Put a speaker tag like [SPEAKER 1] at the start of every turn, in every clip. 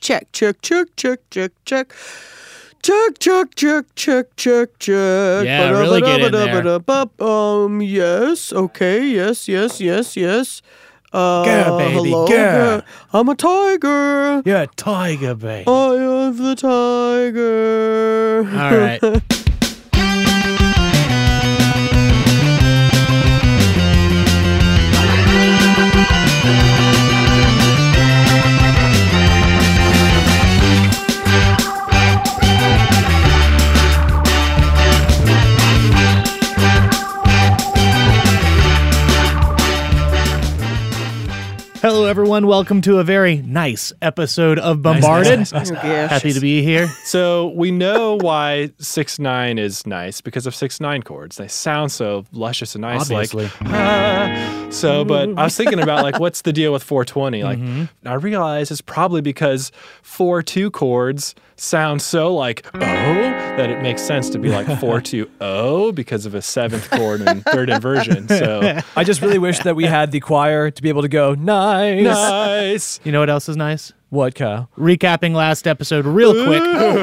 [SPEAKER 1] check, check, check, check, check, check. Check, check, check, check, check, check.
[SPEAKER 2] Yeah, really get in there.
[SPEAKER 1] Ba-da-ba-da-ba-da-ba. Um, yes, okay, yes, yes, yes, yes. Uh,
[SPEAKER 2] Go, baby,
[SPEAKER 1] hello,
[SPEAKER 2] go.
[SPEAKER 1] girl. I'm a tiger.
[SPEAKER 2] You're a tiger, babe.
[SPEAKER 1] I am the tiger.
[SPEAKER 2] All right. Hello, everyone. Welcome to a very nice episode of Bombarded.
[SPEAKER 3] nice, nice, nice.
[SPEAKER 1] Yes.
[SPEAKER 2] Happy to be here.
[SPEAKER 3] So we know why six nine is nice because of six nine chords. They sound so luscious and nice,
[SPEAKER 2] Obviously.
[SPEAKER 3] like ah. so. But I was thinking about like what's the deal with four twenty? Like
[SPEAKER 4] Mm-hmm.
[SPEAKER 3] I realize it's probably because four two chords sound so like oh that it makes sense to be like four two oh because of a seventh chord and third inversion. So
[SPEAKER 4] I just really wish that we had the choir to be able to go nice.
[SPEAKER 3] nice.
[SPEAKER 2] You know what else is nice?
[SPEAKER 4] What, Kyle?
[SPEAKER 2] recapping last episode real quick.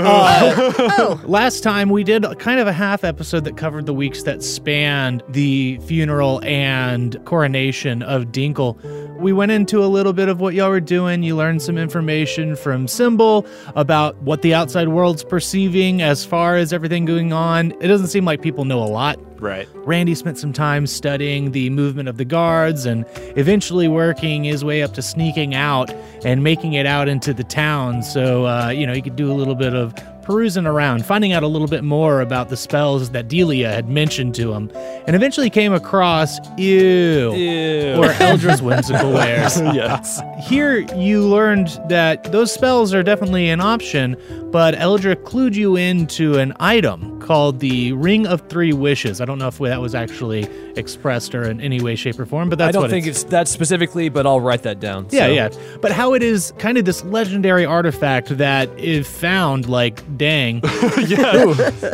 [SPEAKER 2] Uh, last time we did kind of a half episode that covered the weeks that spanned the funeral and coronation of Dinkle. We went into a little bit of what y'all were doing. You learned some information from Symbol about what the outside world's perceiving as far as everything going on. It doesn't seem like people know a lot.
[SPEAKER 3] Right.
[SPEAKER 2] Randy spent some time studying the movement of the guards and eventually working his way up to sneaking out and making it out into the town. So, uh, you know, he could do a little bit of perusing around, finding out a little bit more about the spells that Delia had mentioned to him, and eventually came across Ew,
[SPEAKER 3] Ew.
[SPEAKER 2] or Eldra's Whimsical Wares.
[SPEAKER 3] yes.
[SPEAKER 2] Here, you learned that those spells are definitely an option, but Eldra clued you into an item called the Ring of Three Wishes. I don't know if that was actually expressed or in any way, shape, or form, but that's
[SPEAKER 4] I don't
[SPEAKER 2] what
[SPEAKER 4] think it's that specifically, but I'll write that down.
[SPEAKER 2] yeah,
[SPEAKER 4] so.
[SPEAKER 2] yeah. But how it is kind of this legendary artifact that is found like dang.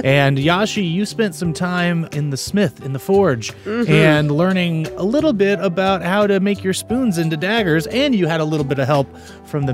[SPEAKER 2] and Yashi, you spent some time in the smith, in the forge, and learning a little bit about how to make your spoons into daggers. And you had a little bit of help from the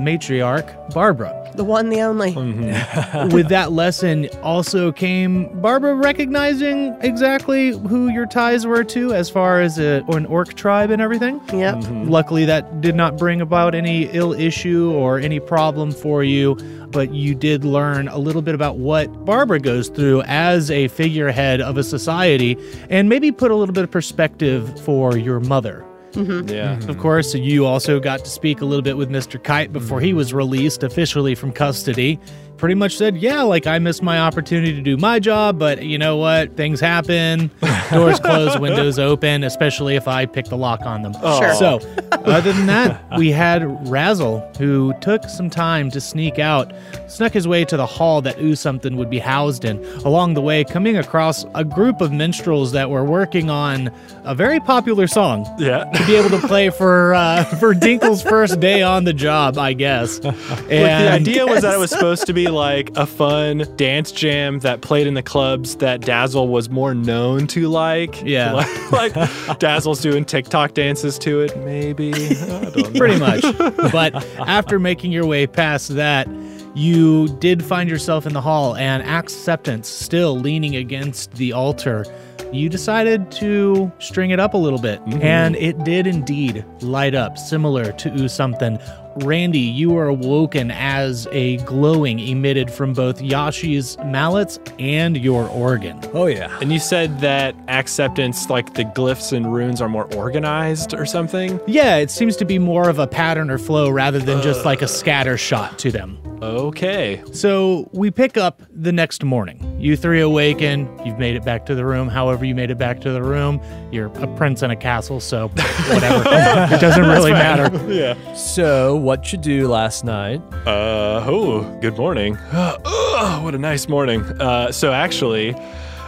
[SPEAKER 2] matriarch, Barbara.
[SPEAKER 1] The one, the only.
[SPEAKER 2] Hmm. With that lesson also came Barbara recognizing exactly who your ties were to as far as a, an orc tribe and everything.
[SPEAKER 1] Yep.
[SPEAKER 2] Mm-hmm. Luckily, that did not bring about any ill issue or any problem for you, but you did learn a little bit about what Barbara goes through as a figurehead of a society and maybe put a little bit of perspective for your mother.
[SPEAKER 3] Yeah.
[SPEAKER 2] Of course, you also got to speak a little bit with Mr. Kite before he was released officially from custody. Pretty much said, Yeah, like I missed my opportunity to do my job, but you know what? Things happen. Doors close, windows open, especially if I pick the lock on them.
[SPEAKER 1] Sure.
[SPEAKER 2] So, other than that, we had Razzle, who took some time to sneak out, snuck his way to the hall that Ooh Something would be housed in. Along the way, coming across a group of minstrels that were working on a very popular song
[SPEAKER 3] Yeah.
[SPEAKER 2] to be able to play for uh, for Dinkle's first day on the job, I guess. And
[SPEAKER 3] Like, the idea was that it was supposed to be like a fun dance jam that played in the clubs that Dazzle was more known to like.
[SPEAKER 2] Yeah.
[SPEAKER 3] Like, like Dazzle's doing TikTok dances to it, maybe. I don't know.
[SPEAKER 2] pretty much. But after making your way past that, you did find yourself in the hall, and acceptance still leaning against the altar. You decided to string it up a little bit,
[SPEAKER 3] Mm-hmm.
[SPEAKER 2] and it did indeed light up, similar to Ooh Something. Randy, you were awoken as a glowing emitted from both Yashi's mallets and your organ.
[SPEAKER 4] Oh, yeah.
[SPEAKER 3] And you said that acceptance, like the glyphs and runes, are more organized or something.
[SPEAKER 2] Yeah, it seems to be more of a pattern or flow rather than just like a scatter shot to them.
[SPEAKER 3] Okay.
[SPEAKER 2] So we pick up the next morning. You three awaken. You've made it back to the room. However, you made it back to the room. You're a prince in a castle, so whatever. it doesn't really matter.
[SPEAKER 3] Yeah.
[SPEAKER 4] So, what you do last night?
[SPEAKER 3] Uh, oh, good morning. oh, what a nice morning. Uh, so actually,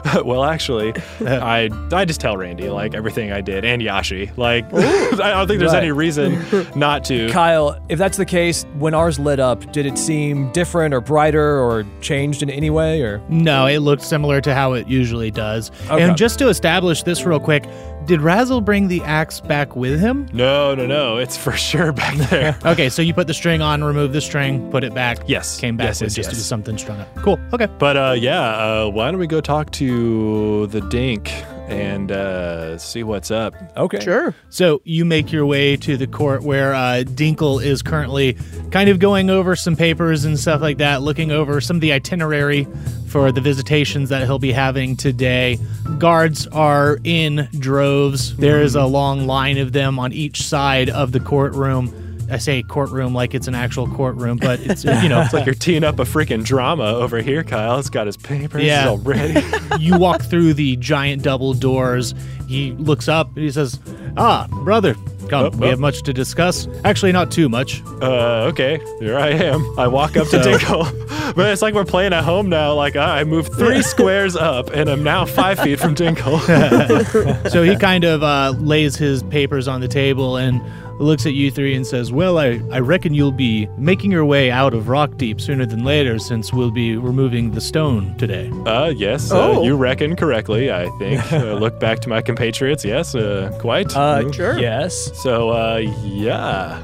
[SPEAKER 3] well, actually, I I just tell Randy like everything I did and Yashi. Like, I don't think there's
[SPEAKER 4] Right.
[SPEAKER 3] any reason not to.
[SPEAKER 4] Kyle, if that's the case, when ours lit up, did it seem different or brighter or changed in any way? Or
[SPEAKER 2] No, it looked similar to how it usually does.
[SPEAKER 4] Okay.
[SPEAKER 2] And just to establish this real quick, Did Razzle bring the axe back with him?
[SPEAKER 3] No, no, no. It's for sure back there.
[SPEAKER 2] Okay, so you put the string on, remove the string, put it back.
[SPEAKER 3] Yes.
[SPEAKER 2] Came back
[SPEAKER 3] Yes,
[SPEAKER 2] with
[SPEAKER 3] yes,
[SPEAKER 2] just
[SPEAKER 3] yes.
[SPEAKER 2] with something strung up. Cool. Okay.
[SPEAKER 3] But uh, yeah, uh, why don't we go talk to the Dink and uh, see what's up? Oh,
[SPEAKER 4] Okay.
[SPEAKER 1] Sure.
[SPEAKER 2] So you make your way to the court where uh, Dinkle is currently kind of going over some papers and stuff like that, looking over some of the itinerary for the visitations that he'll be having today. Guards are in droves. There is a
[SPEAKER 3] Mm-hmm.
[SPEAKER 2] long line of them on each side of the courtroom. I say courtroom like it's an actual courtroom, but it's you know
[SPEAKER 3] It's like you're teeing up a freaking drama over here, Kyle. It's got his papers.
[SPEAKER 2] Yeah.
[SPEAKER 3] He's all ready.
[SPEAKER 2] you walk through the giant double doors. He looks up and he says, "Ah, brother, come.
[SPEAKER 3] Oh,
[SPEAKER 2] we
[SPEAKER 3] oh.
[SPEAKER 2] have much to discuss. Actually, not too much.
[SPEAKER 3] uh, okay, here I am. I walk up to Dinkle. But it's like we're playing at home now. Like I I moved three squares up and I'm now five feet from Dinkle.
[SPEAKER 2] so he kind of uh, lays his papers on the table and looks at you three and says, Well, I, I reckon you'll be making your way out of Rock Deep sooner than later since we'll be removing the stone today.
[SPEAKER 3] uh, yes, uh,
[SPEAKER 1] Oh.
[SPEAKER 3] you reckon correctly, I think. uh, look back to my compatriots. Yes, uh, quite.
[SPEAKER 4] Uh,
[SPEAKER 3] Mm.
[SPEAKER 1] Sure.
[SPEAKER 4] Yes.
[SPEAKER 3] So, uh, yeah.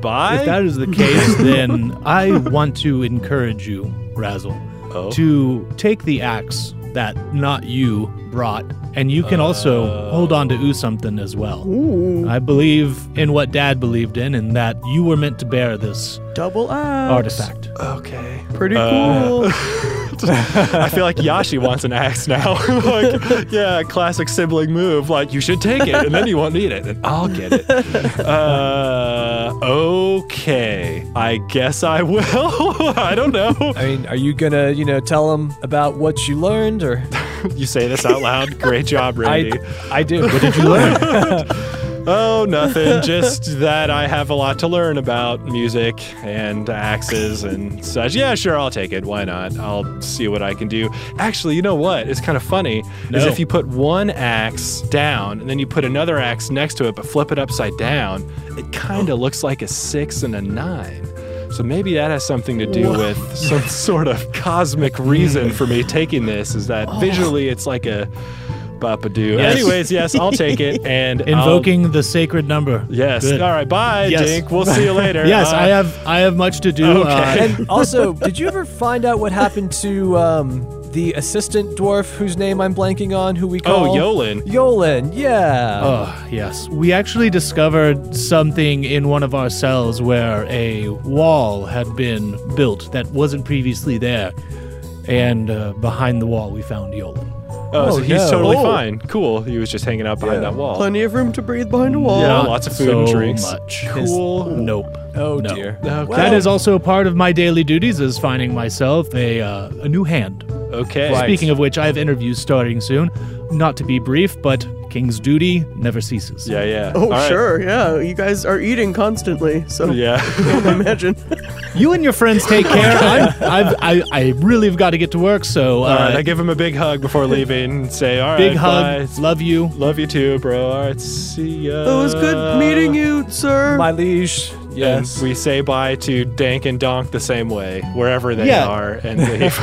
[SPEAKER 3] Bye.
[SPEAKER 2] If that is the case, then I want to encourage you, Razzle,
[SPEAKER 3] Oh.
[SPEAKER 2] to take the axe that not you brought, and you can also hold on to something as well.
[SPEAKER 1] Ooh,
[SPEAKER 2] I believe in what Dad believed in, and that you were meant to bear this
[SPEAKER 1] double axe.
[SPEAKER 2] artifact.
[SPEAKER 3] okay.
[SPEAKER 1] Pretty
[SPEAKER 3] Uh,
[SPEAKER 1] cool.
[SPEAKER 3] I feel like Yashi wants an axe now. like, yeah, classic sibling move. Like, you should take it, and then you won't need it, and I'll get it. Uh, okay. I guess I will. I don't know.
[SPEAKER 4] I mean, are you gonna, you know, tell him about what you learned, or
[SPEAKER 3] You say this out loud. Great job,
[SPEAKER 4] I,
[SPEAKER 3] Randy.
[SPEAKER 4] I do. What did you learn?
[SPEAKER 3] Oh, nothing. Just that I have a lot to learn about music and axes and such. Yeah, sure, I'll take it. Why not? I'll see what I can do. Actually, you know what? It's kind of funny. Is
[SPEAKER 2] No.
[SPEAKER 3] if you put one axe down and then you put another axe next to it, but flip it upside down, it kind
[SPEAKER 2] Oh.
[SPEAKER 3] of looks like a six and a nine. So maybe that has something to do with some sort of cosmic reason for me taking this. Is that visually it's like a bapadoo.
[SPEAKER 2] Oh. Yes.
[SPEAKER 3] Anyways, yes, I'll take it and I'll-
[SPEAKER 2] Invoking the sacred number.
[SPEAKER 3] Um, Yes.
[SPEAKER 2] Good.
[SPEAKER 3] All right. Bye,
[SPEAKER 2] Yes.
[SPEAKER 3] Dink. We'll see you later.
[SPEAKER 2] Yes,
[SPEAKER 3] Uh,
[SPEAKER 2] I have. I have much to do. uh,
[SPEAKER 3] okay.
[SPEAKER 4] and also, did you ever find out what happened to um, the assistant dwarf whose name I'm blanking on, who we
[SPEAKER 3] Oh,
[SPEAKER 4] call
[SPEAKER 3] Yolan.
[SPEAKER 4] Yolan, yeah.
[SPEAKER 2] Uh, oh, yes. We actually discovered something in one of our cells where a wall had been built that wasn't previously there, and uh, behind the wall we found Yolan.
[SPEAKER 3] Oh,
[SPEAKER 4] oh,
[SPEAKER 3] so he's
[SPEAKER 4] no.
[SPEAKER 3] totally
[SPEAKER 1] Oh.
[SPEAKER 3] fine. Cool. He was just hanging out behind that wall.
[SPEAKER 1] Plenty of room to breathe behind a wall.
[SPEAKER 3] Yeah,
[SPEAKER 2] Not
[SPEAKER 3] Oh, lots of food
[SPEAKER 2] so
[SPEAKER 3] and drinks.
[SPEAKER 2] Much.
[SPEAKER 3] Cool.
[SPEAKER 2] Nope.
[SPEAKER 4] oh
[SPEAKER 2] no.
[SPEAKER 4] dear.
[SPEAKER 3] Okay.
[SPEAKER 2] That is also part of my daily duties is finding myself a uh, a new hand.
[SPEAKER 3] okay.
[SPEAKER 4] Right.
[SPEAKER 2] Speaking of which, I have interviews starting soon. Not to be brief, but king's duty never ceases.
[SPEAKER 3] Yeah. Yeah.
[SPEAKER 1] Oh,
[SPEAKER 3] All right.
[SPEAKER 1] sure. Yeah. You guys are eating constantly. So
[SPEAKER 3] Yeah.
[SPEAKER 1] I imagine.
[SPEAKER 2] You and your friends take care. I'm, I've, I, I really have got to get to work, so uh,
[SPEAKER 3] All right. I give him a big hug before leaving. and Say, all right.
[SPEAKER 2] big hug.
[SPEAKER 3] bye.
[SPEAKER 2] Love you.
[SPEAKER 3] Love you too, bro. All right. See ya.
[SPEAKER 1] it was good meeting you, sir.
[SPEAKER 4] My liege.
[SPEAKER 3] And
[SPEAKER 4] Yes.
[SPEAKER 3] we say bye to Dank and Donk the same way, wherever they
[SPEAKER 2] Yeah.
[SPEAKER 3] are, and leave.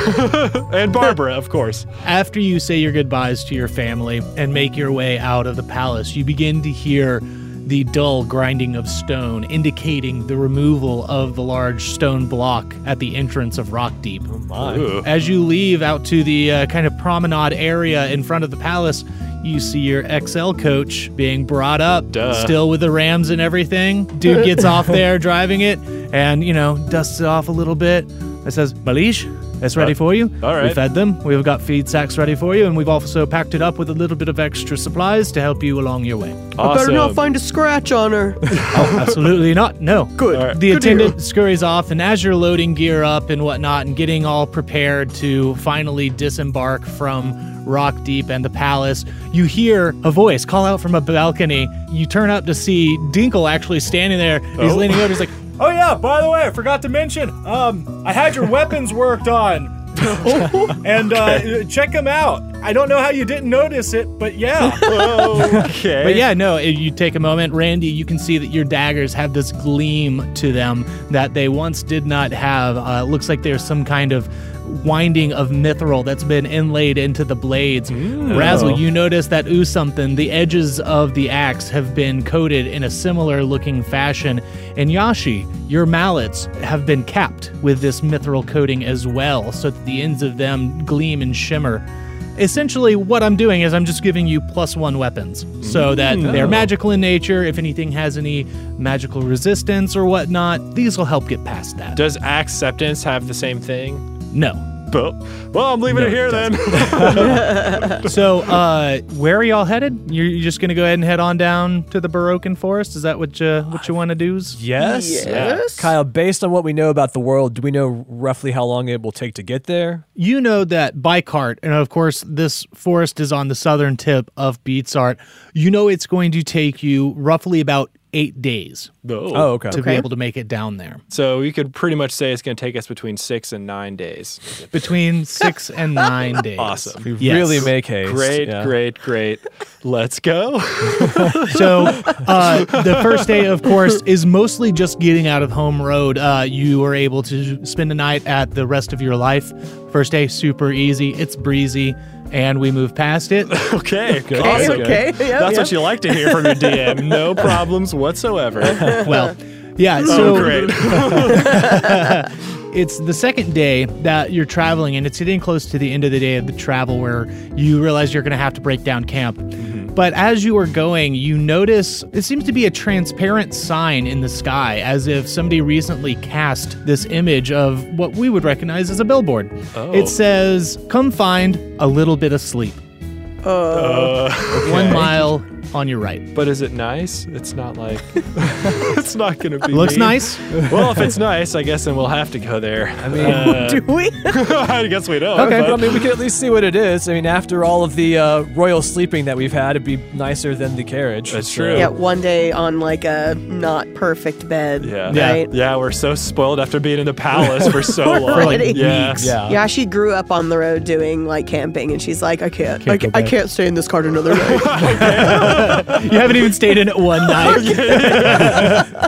[SPEAKER 3] and Barbara, of course.
[SPEAKER 2] After you say your goodbyes to your family and make your way out of the palace, you begin to hear the dull grinding of stone, indicating the removal of the large stone block at the entrance of Rock Deep.
[SPEAKER 3] Ooh.
[SPEAKER 2] As you leave out to the uh, kind of promenade area in front of the palace, you see your XL coach being brought up,
[SPEAKER 3] Duh.
[SPEAKER 2] still with the Rams and everything. Dude gets off there driving it and, you know, dusts it off a little bit. It says, Malish, it's ready for you.
[SPEAKER 3] Uh, all right.
[SPEAKER 2] We fed them. We've got feed sacks ready for you. And we've also packed it up with a little bit of extra supplies to help you along your way.
[SPEAKER 1] I better
[SPEAKER 3] Awesome.
[SPEAKER 1] not find a scratch on her.
[SPEAKER 2] Oh, absolutely not. No.
[SPEAKER 1] Good.
[SPEAKER 3] All right.
[SPEAKER 2] The
[SPEAKER 1] Good to hear.
[SPEAKER 2] attendant scurries off, and as you're loading gear up and whatnot and getting all prepared to finally disembark from Rock Deep and the palace, you hear a voice call out from a balcony. You turn up to see Dinkle actually standing there. He's
[SPEAKER 3] Oh.
[SPEAKER 2] leaning over. He's like,
[SPEAKER 5] Oh yeah, by the way, I forgot to mention, um, I had your weapons worked on. and uh, check them out. I don't know how you didn't notice it, but yeah.
[SPEAKER 3] okay.
[SPEAKER 2] But yeah, no, if you take a moment, Randy, you can see that your daggers have this gleam to them that they once did not have. Uh, it looks like there's some kind of winding of mithril that's been inlaid into the blades. Razzle, you notice that ooh something, the edges of the axe have been coated in a similar looking fashion. And Yashi, your mallets have been capped with this mithril coating as well, so that the ends of them gleam and shimmer essentially what i'm doing is i'm just giving you plus one weapons so that they're magical in nature if anything has any magical resistance or whatnot these will help get past that
[SPEAKER 3] Does acceptance have the same thing?
[SPEAKER 2] no
[SPEAKER 3] Well, well I'm leaving it here then.
[SPEAKER 2] so uh where are y'all headed you're, you're just gonna go ahead and head on down to the baroque forest is that what you what you want to do
[SPEAKER 3] yes.
[SPEAKER 1] Yes.
[SPEAKER 4] Kyle, based on what we know about the world, do we know roughly how long it will take to get there?
[SPEAKER 2] you know that by cart, and of course, this forest is on the southern tip of Beatsart. You know it's going to take you roughly about eight days
[SPEAKER 3] Oh.
[SPEAKER 4] Oh, okay.
[SPEAKER 2] to be able to make it down there.
[SPEAKER 3] So you could pretty much say it's going to take us between six and nine days.
[SPEAKER 2] between six and nine days.
[SPEAKER 3] Awesome.
[SPEAKER 4] We
[SPEAKER 2] Yes.
[SPEAKER 4] really make haste.
[SPEAKER 3] Great,
[SPEAKER 4] yeah.
[SPEAKER 3] great, great. Let's go.
[SPEAKER 2] So uh, the first day, of course, is mostly just getting out of home road. Uh, you are able to spend a night at the rest of your life. First day, super easy. It's breezy, and we move past it.
[SPEAKER 3] Okay.
[SPEAKER 1] Okay,
[SPEAKER 3] awesome.
[SPEAKER 1] okay. Yep,
[SPEAKER 3] That's
[SPEAKER 1] yep.
[SPEAKER 3] what you like to hear from your DM. No problems whatsoever.
[SPEAKER 2] Well, yeah. So
[SPEAKER 3] So Oh, great.
[SPEAKER 2] it's the second day that you're traveling and it's getting close to the end of the day of the travel where you realize you're going to have to break down camp. But as you are going, you notice it seems to be a transparent sign in the sky as if somebody recently cast this image of what we would recognize as a billboard. It says, Come find a little bit of sleep. One mile on your right.
[SPEAKER 3] But is it nice? It's not like it's not gonna be.
[SPEAKER 2] Looks
[SPEAKER 3] mean.
[SPEAKER 2] nice.
[SPEAKER 3] Well, if it's nice, I guess then we'll have to go there. I mean,
[SPEAKER 1] Do we?
[SPEAKER 3] I guess we don't.
[SPEAKER 4] But, I
[SPEAKER 3] but-
[SPEAKER 4] mean, we can at least see what it is. I mean, after all of the uh, royal sleeping that we've had, it'd be nicer than the carriage.
[SPEAKER 3] That's
[SPEAKER 4] So-
[SPEAKER 3] true.
[SPEAKER 1] yeah, one day on like a not perfect bed.
[SPEAKER 3] Yeah.
[SPEAKER 2] Yeah.
[SPEAKER 1] Right?
[SPEAKER 3] Yeah, we're so spoiled after being in the palace for so long.
[SPEAKER 1] For like
[SPEAKER 3] yeah.
[SPEAKER 2] weeks.
[SPEAKER 4] Yeah.
[SPEAKER 1] Yeah, she grew up on the road doing like camping, and she's like, I can't, I,
[SPEAKER 2] go
[SPEAKER 1] I
[SPEAKER 2] back.
[SPEAKER 1] can't stay in this cart another night.
[SPEAKER 2] You haven't even stayed in it one night.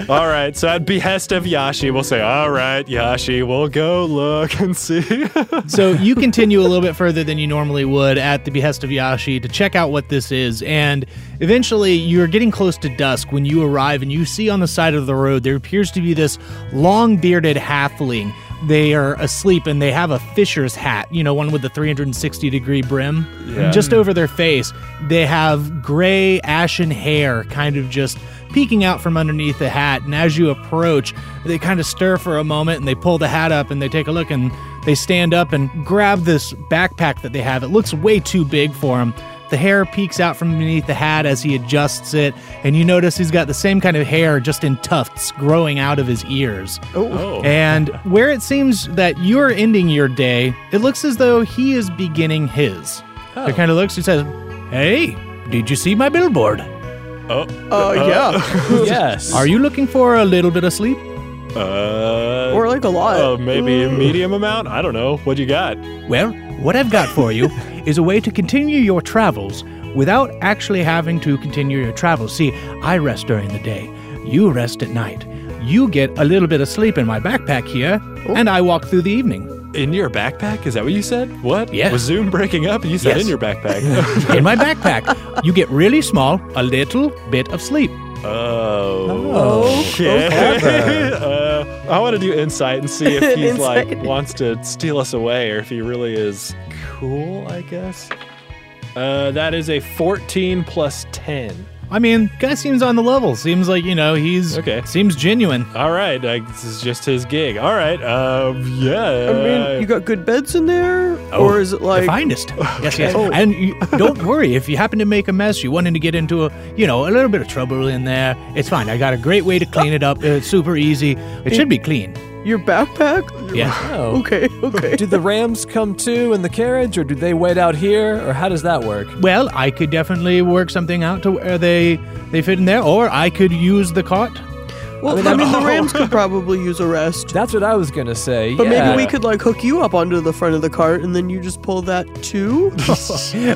[SPEAKER 3] All right. So at behest of Yashi, we'll say, "All right, Yashi, we'll go look and see."
[SPEAKER 2] So you continue a little bit further than you normally would at the behest of Yashi to check out what this is, and eventually you're getting close to dusk when you arrive and you see on the side of the road there appears to be this long bearded halfling. They are asleep and they have a fisher's hat, you know, one with the 360 degree brim,
[SPEAKER 3] Yeah.
[SPEAKER 2] just over their face. They have gray, ashen hair kind of just peeking out from underneath the hat. And as you approach, they kind of stir for a moment and they pull the hat up and they take a look and they stand up and grab this backpack that they have. It looks way too big for him. The hair peeks out from beneath the hat as he adjusts it, and you notice he's got the same kind of hair just in tufts growing out of his ears.
[SPEAKER 3] Oh.
[SPEAKER 2] And where it seems that you're ending your day, it looks as though he is beginning his. He kind of looks, he says, Hey, did you see my billboard?
[SPEAKER 1] Oh yeah,
[SPEAKER 4] Uh, yes.
[SPEAKER 2] Are you looking for a little bit of sleep?
[SPEAKER 3] Uh,
[SPEAKER 1] or like a lot.
[SPEAKER 3] uh, maybe a medium amount. I don't know. What you got?
[SPEAKER 2] Well, what I've got for you is a way to continue your travels without actually having to continue your travels. See, I rest during the day, you rest at night. You get a little bit of sleep in my backpack here, and I walk through the evening.
[SPEAKER 3] In your backpack? Is that what you said? What?
[SPEAKER 2] Yeah.
[SPEAKER 3] Was Zoom breaking up? You said
[SPEAKER 2] Yes.
[SPEAKER 3] in your backpack.
[SPEAKER 2] In my backpack, you get really small, a little bit of sleep.
[SPEAKER 3] oh. Okay. uh, I want to do insight and see if he's like
[SPEAKER 1] Insight.
[SPEAKER 3] wants to steal us away or if he really is cool. I guess. Uh, that is a 14 plus 10.
[SPEAKER 2] I mean, guy seems on the level. Seems like, you know, he's
[SPEAKER 3] Okay.
[SPEAKER 2] seems genuine.
[SPEAKER 3] All right, like, this is just his gig. All right, um, yeah.
[SPEAKER 1] I
[SPEAKER 3] uh,
[SPEAKER 1] mean, you got good beds in there, or is it
[SPEAKER 2] the
[SPEAKER 1] like
[SPEAKER 2] finest. Yes, yes. And you, don't worry if you happen to make a mess. You wanted to get into a, you know, a little bit of trouble in there. It's fine. I got a great way to clean it up. It's super easy. It should be clean.
[SPEAKER 1] your backpack?
[SPEAKER 2] Yeah.
[SPEAKER 4] Oh.
[SPEAKER 1] Okay, okay.
[SPEAKER 4] Do the rams come too in the carriage, or do they wait out here, or how does that work?
[SPEAKER 2] Well, I could definitely work something out to where they they fit in there, or I could use the cart.
[SPEAKER 4] I
[SPEAKER 1] Well,
[SPEAKER 4] mean,
[SPEAKER 1] I mean, the
[SPEAKER 4] that-
[SPEAKER 1] Rams could probably use a rest.
[SPEAKER 4] That's what I was gonna say.
[SPEAKER 1] But
[SPEAKER 4] yeah.
[SPEAKER 1] maybe we could like hook you up onto the front of the cart and then you just pull that too.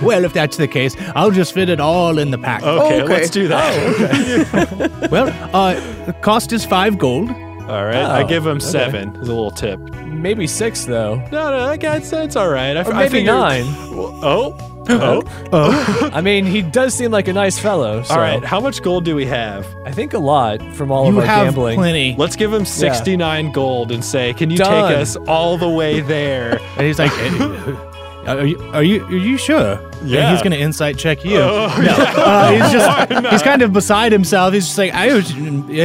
[SPEAKER 2] Well, if that's the case, I'll just fit it all in the pack.
[SPEAKER 3] Okay,
[SPEAKER 1] okay.
[SPEAKER 3] let's do that.
[SPEAKER 2] Well, uh, cost is five gold.
[SPEAKER 3] All right, I
[SPEAKER 4] Oh,
[SPEAKER 3] give him seven as a little tip.
[SPEAKER 4] maybe six though.
[SPEAKER 3] No, no, that guy said it's all right. I,
[SPEAKER 4] Or
[SPEAKER 3] I
[SPEAKER 4] maybe
[SPEAKER 3] figured-
[SPEAKER 4] nine.
[SPEAKER 3] Well, oh, oh.
[SPEAKER 4] I mean, he does seem like a nice fellow. So
[SPEAKER 3] All right, how much gold do we have?
[SPEAKER 4] I think a lot from all
[SPEAKER 2] you
[SPEAKER 4] of our
[SPEAKER 2] have
[SPEAKER 4] gambling.
[SPEAKER 2] plenty.
[SPEAKER 3] Let's give him 69 gold and say, can you
[SPEAKER 4] Done.
[SPEAKER 3] take us all the way there?
[SPEAKER 2] And he's like, "Eh, are you are you, are you sure?
[SPEAKER 3] Yeah. Oh,
[SPEAKER 2] And he's gonna insight check you. no, uh, he's just he's kind of beside himself. He's just like, I was,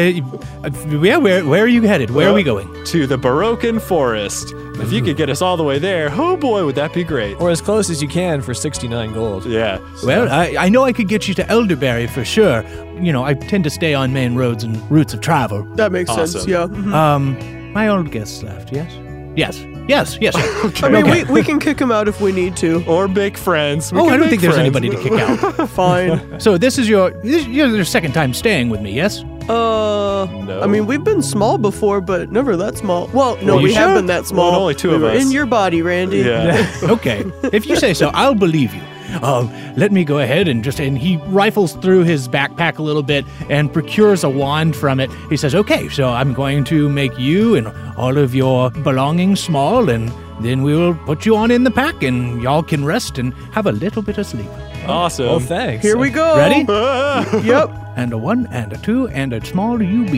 [SPEAKER 2] uh, yeah, where where are you headed? Where are we going?
[SPEAKER 3] to the Baroque Forest. If you could get us all the way there, oh boy, would that be great.
[SPEAKER 4] Or as close as you can for 69 gold.
[SPEAKER 3] Yeah.
[SPEAKER 2] Well, I, I know I could get you to Elderberry for sure. You know, I tend to stay on main roads and routes of travel.
[SPEAKER 1] that makes sense.
[SPEAKER 3] Awesome.
[SPEAKER 1] Yeah.
[SPEAKER 6] Mm-hmm.
[SPEAKER 1] Mhm.
[SPEAKER 2] Um, my old guest left. Yes, yes, yes, yes.
[SPEAKER 1] I mean,
[SPEAKER 2] okay.
[SPEAKER 1] we, we can kick him out if we need to.
[SPEAKER 3] Or make friends. We
[SPEAKER 2] oh,
[SPEAKER 3] can
[SPEAKER 2] I don't think
[SPEAKER 3] make
[SPEAKER 2] there's
[SPEAKER 3] friends.
[SPEAKER 2] anybody to kick out.
[SPEAKER 1] Fine.
[SPEAKER 2] So this is your this, you're your second time staying with me. Yes.
[SPEAKER 1] Uh, I mean, we've been small before, but never that small. Well, no,
[SPEAKER 3] Well, you
[SPEAKER 1] we have
[SPEAKER 3] sure?
[SPEAKER 1] been that small.
[SPEAKER 3] Well, only two
[SPEAKER 1] We
[SPEAKER 3] of
[SPEAKER 1] were
[SPEAKER 3] us.
[SPEAKER 1] In your body, Randy.
[SPEAKER 3] Yeah.
[SPEAKER 2] okay. If you say so, I'll believe you. Um, let me go ahead and just and he rifles through his backpack a little bit and procures a wand from it. He says, "Okay, so I'm going to make you and all of your belongings small, and then we will put you on in the pack, and y'all can rest and have a little bit of sleep.
[SPEAKER 3] awesome.
[SPEAKER 4] Well, thanks.
[SPEAKER 1] Here we go.
[SPEAKER 2] Ready?
[SPEAKER 3] Ah!
[SPEAKER 1] Yep.
[SPEAKER 2] and a one and a two and a small UB.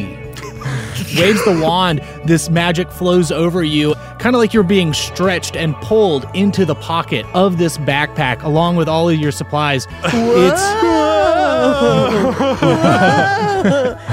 [SPEAKER 2] Waves the wand, this magic flows over you, kind of like you're being stretched and pulled into the pocket of this backpack along with all of your supplies. It's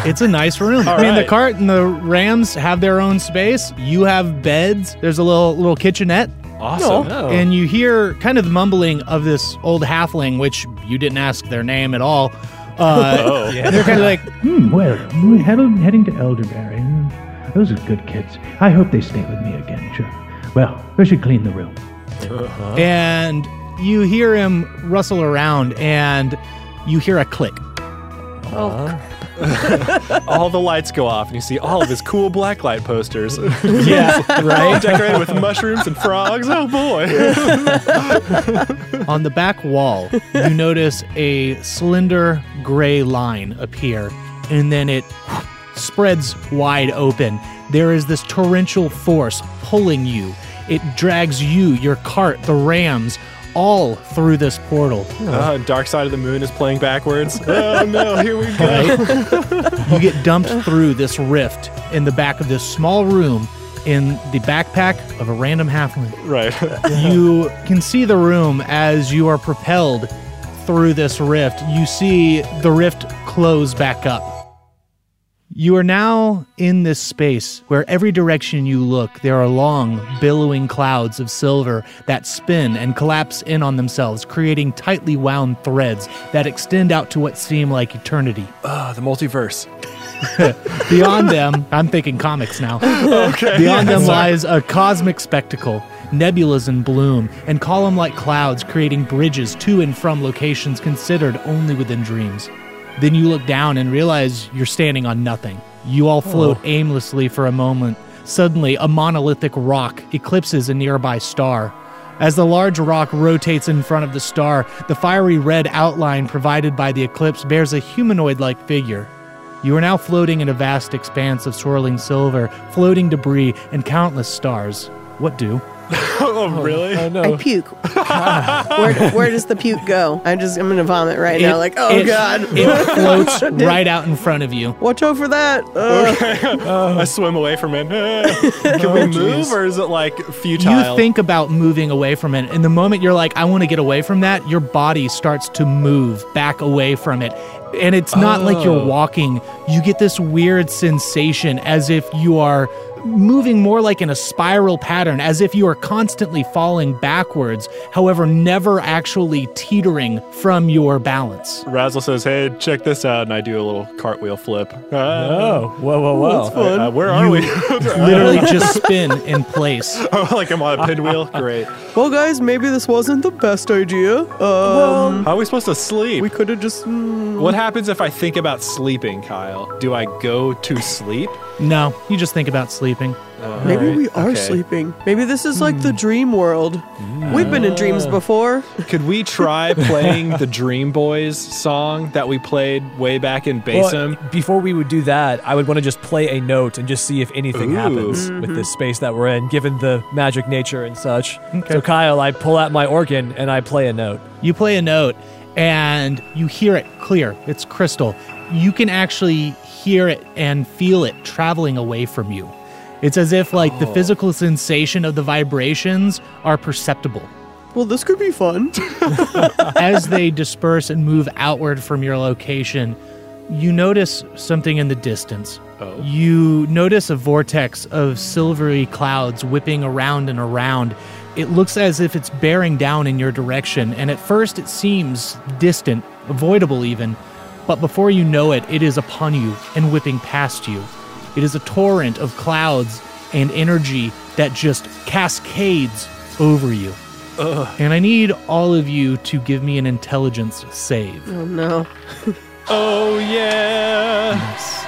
[SPEAKER 2] it's a nice room. I mean, the
[SPEAKER 3] right.
[SPEAKER 2] cart and the Rams have their own space. You have beds. There's a little little kitchenette.
[SPEAKER 3] awesome.
[SPEAKER 4] Oh.
[SPEAKER 2] And you hear kind of the mumbling of this old halfling, which you didn't ask their name at all. Uh, They're kind of like,
[SPEAKER 7] Hmm, well, we're headed- heading to Elderberry. Hmm, Those are good kids. I hope they stay with me again, sure. Well, we should clean the room.
[SPEAKER 2] and you hear him rustle around, and you hear a click.
[SPEAKER 3] All the lights go off, and you see all of his cool black light posters. all
[SPEAKER 2] Yeah,
[SPEAKER 3] decorated with mushrooms and frogs. Oh boy.
[SPEAKER 2] On the back wall, you notice a slender gray line appear, and then it spreads wide open. There is this torrential force pulling you. It drags you, your cart, the rams, all through this portal.
[SPEAKER 3] Uh, Dark Side of the Moon is playing backwards. Oh no, here we go.
[SPEAKER 2] You get dumped through this rift in the back of this small room in the backpack of a random halfling.
[SPEAKER 3] Right.
[SPEAKER 2] you can see the room as you are propelled through this rift. You see the rift close back up. You are now in this space where every direction you look, there are long, billowing clouds of silver that spin and collapse in on themselves, creating tightly wound threads that extend out to what seem like eternity.
[SPEAKER 4] Ah, the multiverse.
[SPEAKER 2] Beyond them, I'm thinking comics now. Beyond them lies a cosmic spectacle, nebulas in bloom, and column like clouds creating bridges to and from locations considered only within dreams. Then you look down and realize you're standing on nothing. You all float aimlessly for a moment. Suddenly, a monolithic rock eclipses a nearby star. As the large rock rotates in front of the star, the fiery red outline provided by the eclipse bears a humanoid like figure. You are now floating in a vast expanse of swirling silver, floating debris, and countless stars. What do?
[SPEAKER 3] Oh really?
[SPEAKER 4] Oh,
[SPEAKER 6] I
[SPEAKER 4] no.
[SPEAKER 6] puke. where, where does the puke go? I'm just, I'm gonna vomit right now. Like, oh
[SPEAKER 2] it-
[SPEAKER 6] god.
[SPEAKER 2] It floats right out in front of you.
[SPEAKER 1] Watch out for that. Uh,
[SPEAKER 3] I swim away from it. Can we move, or is it like futile?
[SPEAKER 2] You think about moving away from it, and the moment you're like, I want to get away from that, your body starts to move back away from it. And it's not like you're walking. You get this weird sensation as if you are moving more like in a spiral pattern, as if you are constantly falling backwards, however, never actually teetering from your balance.
[SPEAKER 3] Razzle says, "Hey, check this out," and I do a little cartwheel flip. Ah,
[SPEAKER 5] Oh, whoa, whoa, whoa.
[SPEAKER 3] uh, where are we?
[SPEAKER 2] Literally just spin in place.
[SPEAKER 3] Oh, like I'm on a pinwheel. Great.
[SPEAKER 1] Well, guys, maybe this wasn't the best idea. Um,
[SPEAKER 3] How are we supposed to sleep?
[SPEAKER 1] we could have just. mm,
[SPEAKER 3] What happens if I think about sleeping, Kyle? Do I go to sleep?
[SPEAKER 2] No, you just think about sleeping.
[SPEAKER 1] maybe we are
[SPEAKER 3] okay. Hmm.
[SPEAKER 1] sleeping. Maybe this is like the dream world. We've been in dreams before.
[SPEAKER 3] Could we try playing the Dream Boys song that we played way back in Basim?
[SPEAKER 4] Well, before we would do that, I would want to just play a note and just see if anything
[SPEAKER 3] Ooh.
[SPEAKER 4] happens with this space that we're in, given the magic nature and such. So, Kyle, I pull out my organ and I play a note.
[SPEAKER 2] You play a note and you hear it clear. It's crystal. You can actually hear it and feel it traveling away from you. It's as if like the physical sensation of the vibrations are perceptible
[SPEAKER 1] Well, this could be fun.
[SPEAKER 2] as they disperse and move outward from your location. You notice something in the distance.
[SPEAKER 3] Oh.
[SPEAKER 2] You notice a vortex of silvery clouds whipping around and around. It looks as if it's bearing down in your direction, and at first it seems distant, avoidable even, but before you know it, it is upon you and whipping past you. It is a torrent of clouds and energy that just cascades over you. And I need all of you to give me an intelligence save.
[SPEAKER 1] Mm.
[SPEAKER 6] Oh no.
[SPEAKER 3] oh yeah!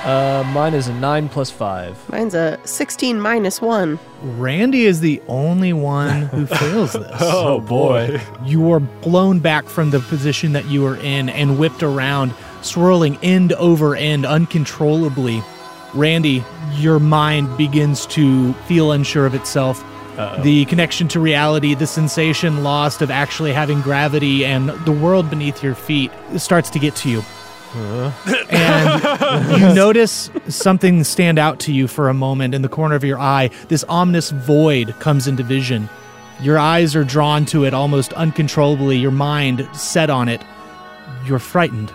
[SPEAKER 4] Uh, mine is a 9 plus 5.
[SPEAKER 6] Mine's a 16 minus 1.
[SPEAKER 2] Randy is the only one who fails this.
[SPEAKER 3] Oh boy!
[SPEAKER 2] You are blown back from the position that you were in and whipped around, swirling end over end uncontrollably. Randy, your mind begins to feel unsure of itself. The connection to reality, the sensation lost of actually having gravity and the world beneath your feet starts to get to you. and you notice something stand out to you for a moment in the corner of your eye. This ominous void comes into vision. Your eyes are drawn to it almost uncontrollably, your mind set on it. You're frightened.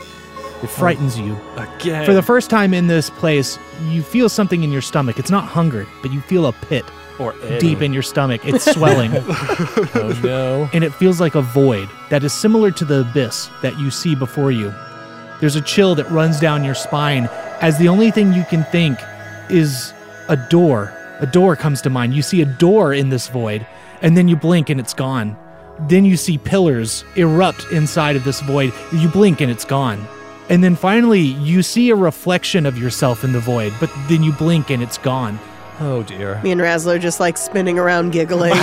[SPEAKER 2] It frightens you.
[SPEAKER 3] Again.
[SPEAKER 2] For the first time in this place, you feel something in your stomach. It's not hunger, but you feel a pit
[SPEAKER 3] or
[SPEAKER 2] deep in your stomach. It's swelling,
[SPEAKER 4] Oh, no.
[SPEAKER 2] and it feels like a void that is similar to the abyss that you see before you. There's a chill that runs down your spine as the only thing you can think is a door. A door comes to mind. You see a door in this void, and then you blink and it's gone. Then you see pillars erupt inside of this void. You blink and it's gone. And then finally, you see a reflection of yourself in the void, but then you blink and it's gone.
[SPEAKER 4] Oh, dear.
[SPEAKER 6] Me and Razzler just like spinning around giggling.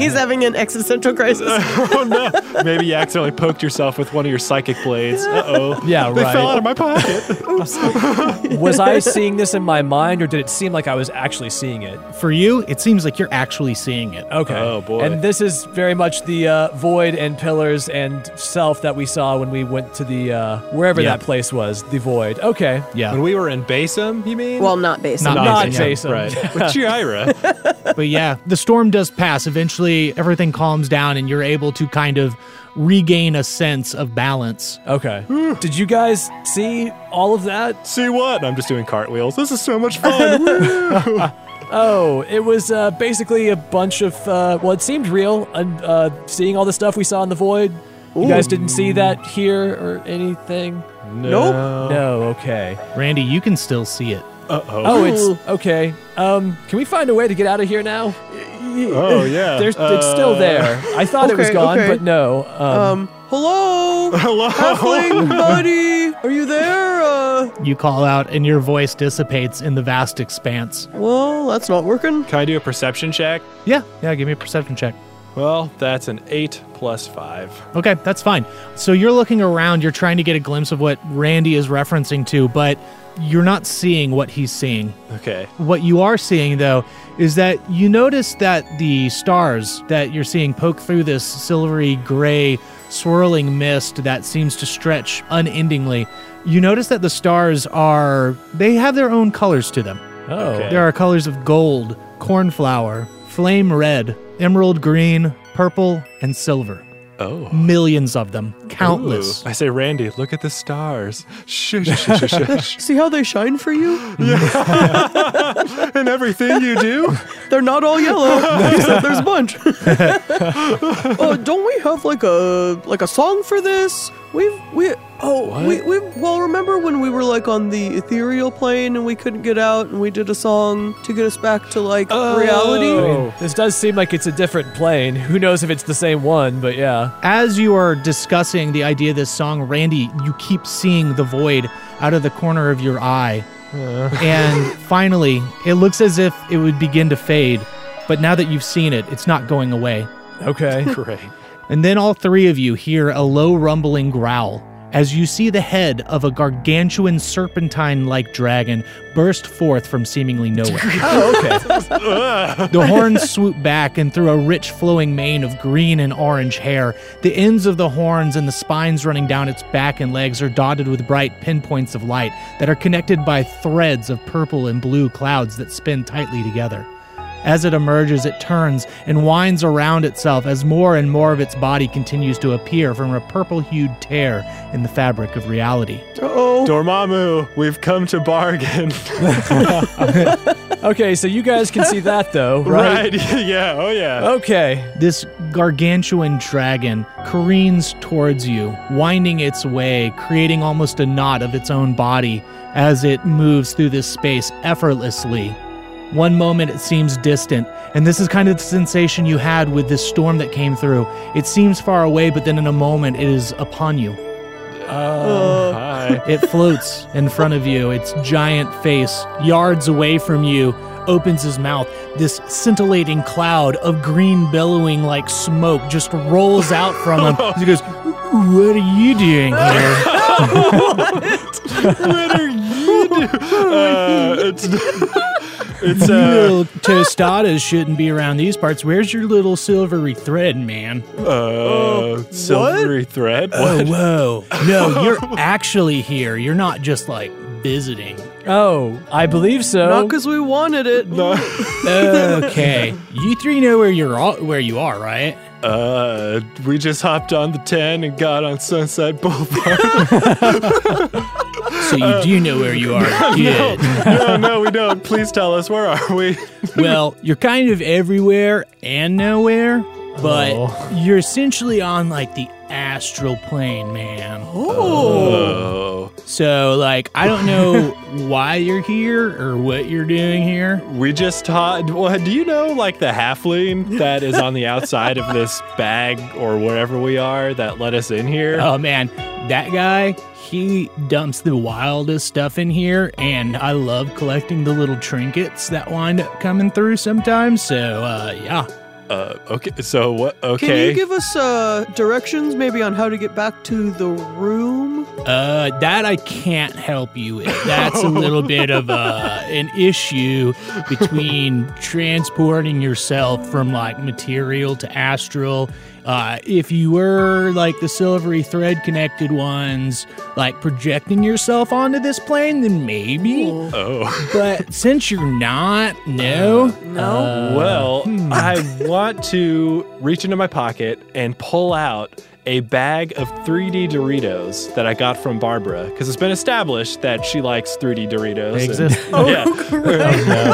[SPEAKER 6] He's having an existential crisis.
[SPEAKER 3] oh no! Maybe you accidentally poked yourself with one of your psychic blades. Uh oh.
[SPEAKER 4] Yeah,
[SPEAKER 3] They fell out
[SPEAKER 4] right.
[SPEAKER 3] of my pocket.
[SPEAKER 4] Was I seeing this in my mind, or did it seem like I was actually seeing it?
[SPEAKER 2] For you, it seems like you're actually seeing it.
[SPEAKER 4] Okay.
[SPEAKER 3] Oh, boy.
[SPEAKER 4] And this is very much the uh, void and pillars and self that we saw when we went to the uh, wherever
[SPEAKER 2] Yeah.
[SPEAKER 4] that place was, the void. Okay.
[SPEAKER 2] Yeah.
[SPEAKER 3] when we were in Basim, you mean?
[SPEAKER 6] Well, not based on
[SPEAKER 2] Not
[SPEAKER 4] Not
[SPEAKER 2] Basim, yeah,
[SPEAKER 4] Jason.
[SPEAKER 3] right. With Chihira.
[SPEAKER 2] But yeah, the storm does pass. Eventually, everything calms down, and you're able to kind of regain a sense of balance.
[SPEAKER 4] Okay. Did you guys see all of that?
[SPEAKER 3] See what? And I'm just doing cartwheels. This is so much fun.
[SPEAKER 4] Oh, it was uh, basically a bunch of. Uh, well, it seemed real. And uh, seeing all the stuff we saw in the void. You guys didn't see that here or anything?
[SPEAKER 1] Nope.
[SPEAKER 4] No. Okay.
[SPEAKER 2] Randy, you can still see it.
[SPEAKER 4] Oh, it's okay. Um, can we find a way to get out of here now?
[SPEAKER 3] Oh yeah.
[SPEAKER 4] There's, it's still there. I thought it was
[SPEAKER 1] okay,
[SPEAKER 4] gone,
[SPEAKER 1] okay.
[SPEAKER 4] but no.
[SPEAKER 1] Um,
[SPEAKER 4] Um,
[SPEAKER 1] hello?
[SPEAKER 3] Hello.
[SPEAKER 1] Halfling buddy, are you there? Uh,
[SPEAKER 2] You call out, and your voice dissipates in the vast expanse.
[SPEAKER 1] well, that's not working.
[SPEAKER 3] Can I do a perception check?
[SPEAKER 2] Yeah, yeah, give me a perception check.
[SPEAKER 3] Well, that's an eight plus five.
[SPEAKER 2] Okay, that's fine. So you're looking around, you're trying to get a glimpse of what Randy is referencing to, but you're not seeing what he's seeing.
[SPEAKER 3] Okay.
[SPEAKER 2] What you are seeing, though, is that you notice that the stars that you're seeing poke through this silvery gray swirling mist that seems to stretch unendingly. You notice that the stars are, they have their own colors to them.
[SPEAKER 4] oh,
[SPEAKER 3] okay.
[SPEAKER 2] There are colors of gold, cornflower, flame red, emerald green, purple, and silver.
[SPEAKER 3] Oh.
[SPEAKER 2] Millions of them. countless.
[SPEAKER 3] I say, Randy, look at the stars. Shush, shush, shush, shush.
[SPEAKER 1] See how they shine for you?
[SPEAKER 3] and everything you do.
[SPEAKER 1] They're not all yellow. Except there's a bunch. uh, don't we have like a like a song for this? We've we oh we, we well remember when we were like on the ethereal plane and we couldn't get out and we did a song to get us back to like reality.
[SPEAKER 3] Oh.
[SPEAKER 4] This does seem like it's a different plane. Who knows if it's the same one, but yeah.
[SPEAKER 2] As you are discussing the idea of this song, Randy, you keep seeing the void out of the corner of your eye. and finally, it looks as if it would begin to fade. But now that you've seen it, it's not going away.
[SPEAKER 4] Okay.
[SPEAKER 3] Great.
[SPEAKER 2] And then all three of you hear a low rumbling growl as you see the head of a gargantuan serpentine like dragon burst forth from seemingly nowhere.
[SPEAKER 1] Oh,
[SPEAKER 2] the horns swoop back, and through a rich flowing mane of green and orange hair, the ends of the horns and the spines running down its back and legs are dotted with bright pinpoints of light that are connected by threads of purple and blue clouds that spin tightly together. As it emerges, it turns and winds around itself as more and more of its body continues to appear from a purple hued tear in the fabric of reality.
[SPEAKER 3] Dormammu, we've come to bargain.
[SPEAKER 4] Okay, so you guys can see that though, right?
[SPEAKER 3] right? Yeah. Oh, yeah.
[SPEAKER 4] Okay.
[SPEAKER 2] This gargantuan dragon careens towards you, winding its way, creating almost a knot of its own body as it moves through this space effortlessly. One moment it seems distant, and this is kind of the sensation you had with this storm that came through. It seems far away, but then in a moment it is upon you.
[SPEAKER 3] Hi.
[SPEAKER 2] It floats in front of you, its giant face, yards away from you, opens his mouth. This scintillating cloud of green billowing like smoke just rolls out from him. He goes, What are you doing here?
[SPEAKER 3] what are you doing? Uh, it's it's
[SPEAKER 2] You
[SPEAKER 3] uh,
[SPEAKER 2] little tostadas shouldn't be around these parts. Where's your little silvery thread, man? Oh,
[SPEAKER 3] uh silvery thread.
[SPEAKER 2] Uh.
[SPEAKER 3] What?
[SPEAKER 2] whoa. No, you're actually here. You're not just like visiting.
[SPEAKER 4] Oh, I believe so.
[SPEAKER 1] Not because we wanted it.
[SPEAKER 2] Okay. You three know where you're all, where you are, right?
[SPEAKER 3] Uh, we just hopped on the ten and got on Sunset Boulevard.
[SPEAKER 2] So you do know where you are. Good.
[SPEAKER 3] no, no, we don't. Please tell us where are we?
[SPEAKER 2] Well, you're kind of everywhere and nowhere, but you're essentially on like the astral plane, man.
[SPEAKER 3] Oh,
[SPEAKER 2] So, like, I don't know why you're here or what you're doing here.
[SPEAKER 3] we just taught. Well, do you know like the halfling that is on the outside of this bag or wherever we are that let us in here?
[SPEAKER 2] Oh man, that guy, he dumps the wildest stuff in here, and I love collecting the little trinkets that wind up coming through sometimes. So, uh, yeah.
[SPEAKER 3] Uh, okay. So what? Okay.
[SPEAKER 1] Can you give us uh, directions maybe on how to get back to the room?
[SPEAKER 2] Uh, that I can't help you with. That's a little bit of uh, an issue between transporting yourself from like material to astral. Uh, if you were like the silvery thread connected ones, like projecting yourself onto this plane, then maybe.
[SPEAKER 3] oh. Uh,
[SPEAKER 2] But since you're not, no.
[SPEAKER 1] No.
[SPEAKER 3] Well,
[SPEAKER 1] Hmm.
[SPEAKER 3] I want to reach into my pocket and pull out a bag of 3D Doritos that I got from Barbara because it's been established that she likes 3D Doritos.
[SPEAKER 2] They
[SPEAKER 3] and-
[SPEAKER 2] exist.
[SPEAKER 3] yeah.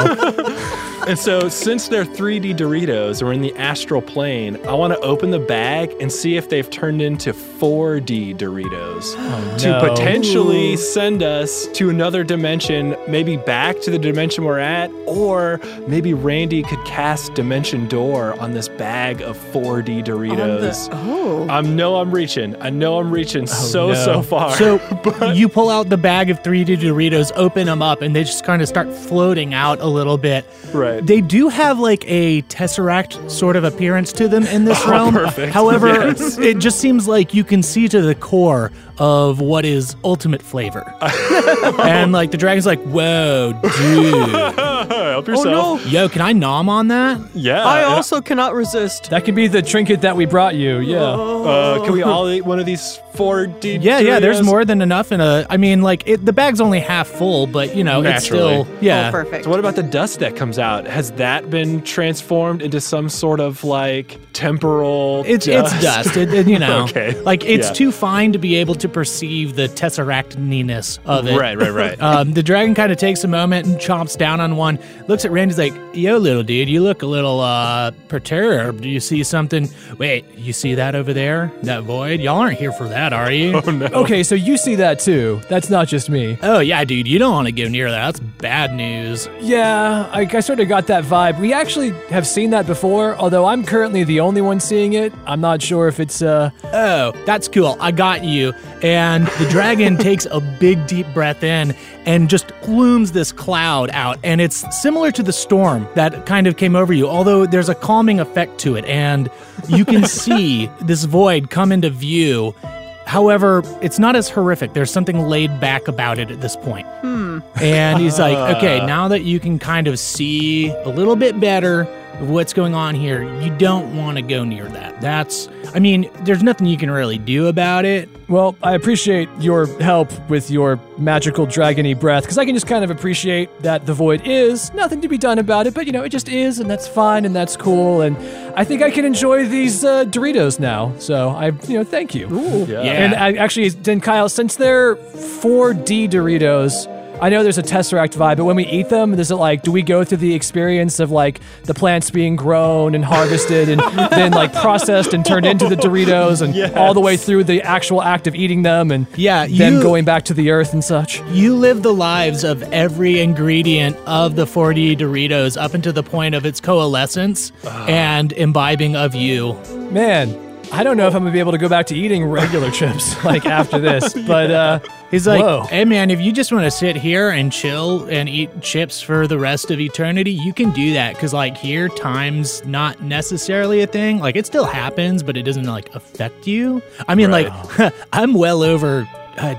[SPEAKER 3] and so, since they're 3D Doritos, we're in the astral plane. I want to open the bag and see if they've turned into 4D Doritos to
[SPEAKER 2] no.
[SPEAKER 3] potentially send us to another dimension, maybe back to the dimension we're at, or maybe Randy could cast Dimension Door on this bag of 4D Doritos.
[SPEAKER 6] Oh.
[SPEAKER 3] I know I'm reaching. I know I'm reaching so,
[SPEAKER 2] No.
[SPEAKER 3] so far.
[SPEAKER 2] So you pull out the bag of 3D Doritos, open them up, and they just kind of start floating out a little bit.
[SPEAKER 3] Right.
[SPEAKER 2] They do have like a tesseract sort of Oh, appearance to them in this realm.
[SPEAKER 3] perfect.
[SPEAKER 2] However, it just seems like you can see to the core of what is ultimate flavor. and like the dragon's like, whoa, dude.
[SPEAKER 3] Help
[SPEAKER 1] Oh
[SPEAKER 3] yourself.
[SPEAKER 1] no!
[SPEAKER 2] Yo, can I nom on that?
[SPEAKER 3] uh, Yeah.
[SPEAKER 1] I
[SPEAKER 3] and-
[SPEAKER 1] also cannot resist.
[SPEAKER 4] That could be the trinket that we brought you. Yeah.
[SPEAKER 3] Uh, can we all eat one of these four D?
[SPEAKER 2] Yeah, yeah, there's
[SPEAKER 3] Doritos?
[SPEAKER 2] more than enough in a. I mean, like, it, the bag's only half full, but you know,
[SPEAKER 3] Naturally.
[SPEAKER 2] it's still. Yeah.
[SPEAKER 6] Oh, perfect.
[SPEAKER 3] So what about the dust that comes out? Has that been transformed into some sort of like temporal?
[SPEAKER 2] It's
[SPEAKER 3] dust?
[SPEAKER 2] it's dust. It, it- you know,
[SPEAKER 3] Okay.
[SPEAKER 2] like it's
[SPEAKER 3] Yeah.
[SPEAKER 2] too fine to be able to perceive the tesseractiness of it.
[SPEAKER 3] Right, right, right.
[SPEAKER 2] Um, the dragon kind of takes a moment and chomps down on one. Looks at Randy's like, "Yo, little dude, you look a little uh, perturbed. Do you see something? Wait, you see that over there? That void? Y'all aren't here for that, are you? Oh,
[SPEAKER 4] Okay, so you see that too. That's not just me.
[SPEAKER 2] yeah, dude, you don't want to go near that. That's bad news.
[SPEAKER 4] Yeah, I, I sort of got that vibe. We actually have seen that before, although I'm currently the only one seeing it. I'm not sure if it's uh
[SPEAKER 2] Oh, that's cool. I got you. And the dragon takes a big, deep breath in and just plumes this cloud out. And it's similar to the storm that kind of came over you, although there's a calming effect to it. And you can see this void come into view. However, it's not as horrific. There's something laid back about it at this point. And he's like, okay, now that you can kind of see a little bit better of what's going on here, you don't want to go near that. That's, I mean, there's nothing you can really do about it.
[SPEAKER 4] Well, I appreciate your help with your magical dragony breath because I can just kind of appreciate that the void is nothing to be done about it, but you know it just is, and that's fine and that's cool, and I think I can enjoy these uh, Doritos now. So I, you know, thank you.
[SPEAKER 3] Yeah.
[SPEAKER 4] And I, actually, then Kyle, since they're 4D Doritos. I know there's a Tesseract vibe, but when we eat them, there's like, do we go through the experience of like the plants being grown and harvested and then like processed and turned into the Doritos and all the way through the actual act of eating them and
[SPEAKER 2] Yeah,
[SPEAKER 4] them
[SPEAKER 2] you-
[SPEAKER 4] going back to the earth and such?
[SPEAKER 2] You live the lives of every ingredient of the 4D Doritos up until the point of its coalescence and imbibing of you.
[SPEAKER 4] Man, I don't know if I'm gonna be able to go back to eating regular chips like after this, but uh,
[SPEAKER 2] He's like,
[SPEAKER 4] Whoa.
[SPEAKER 2] hey man, if you just want to sit here and chill and eat chips for the rest of eternity, you can do that. Cause like here, time's not necessarily a thing. Like it still happens, but it doesn't like affect you. I mean, like I'm well over uh,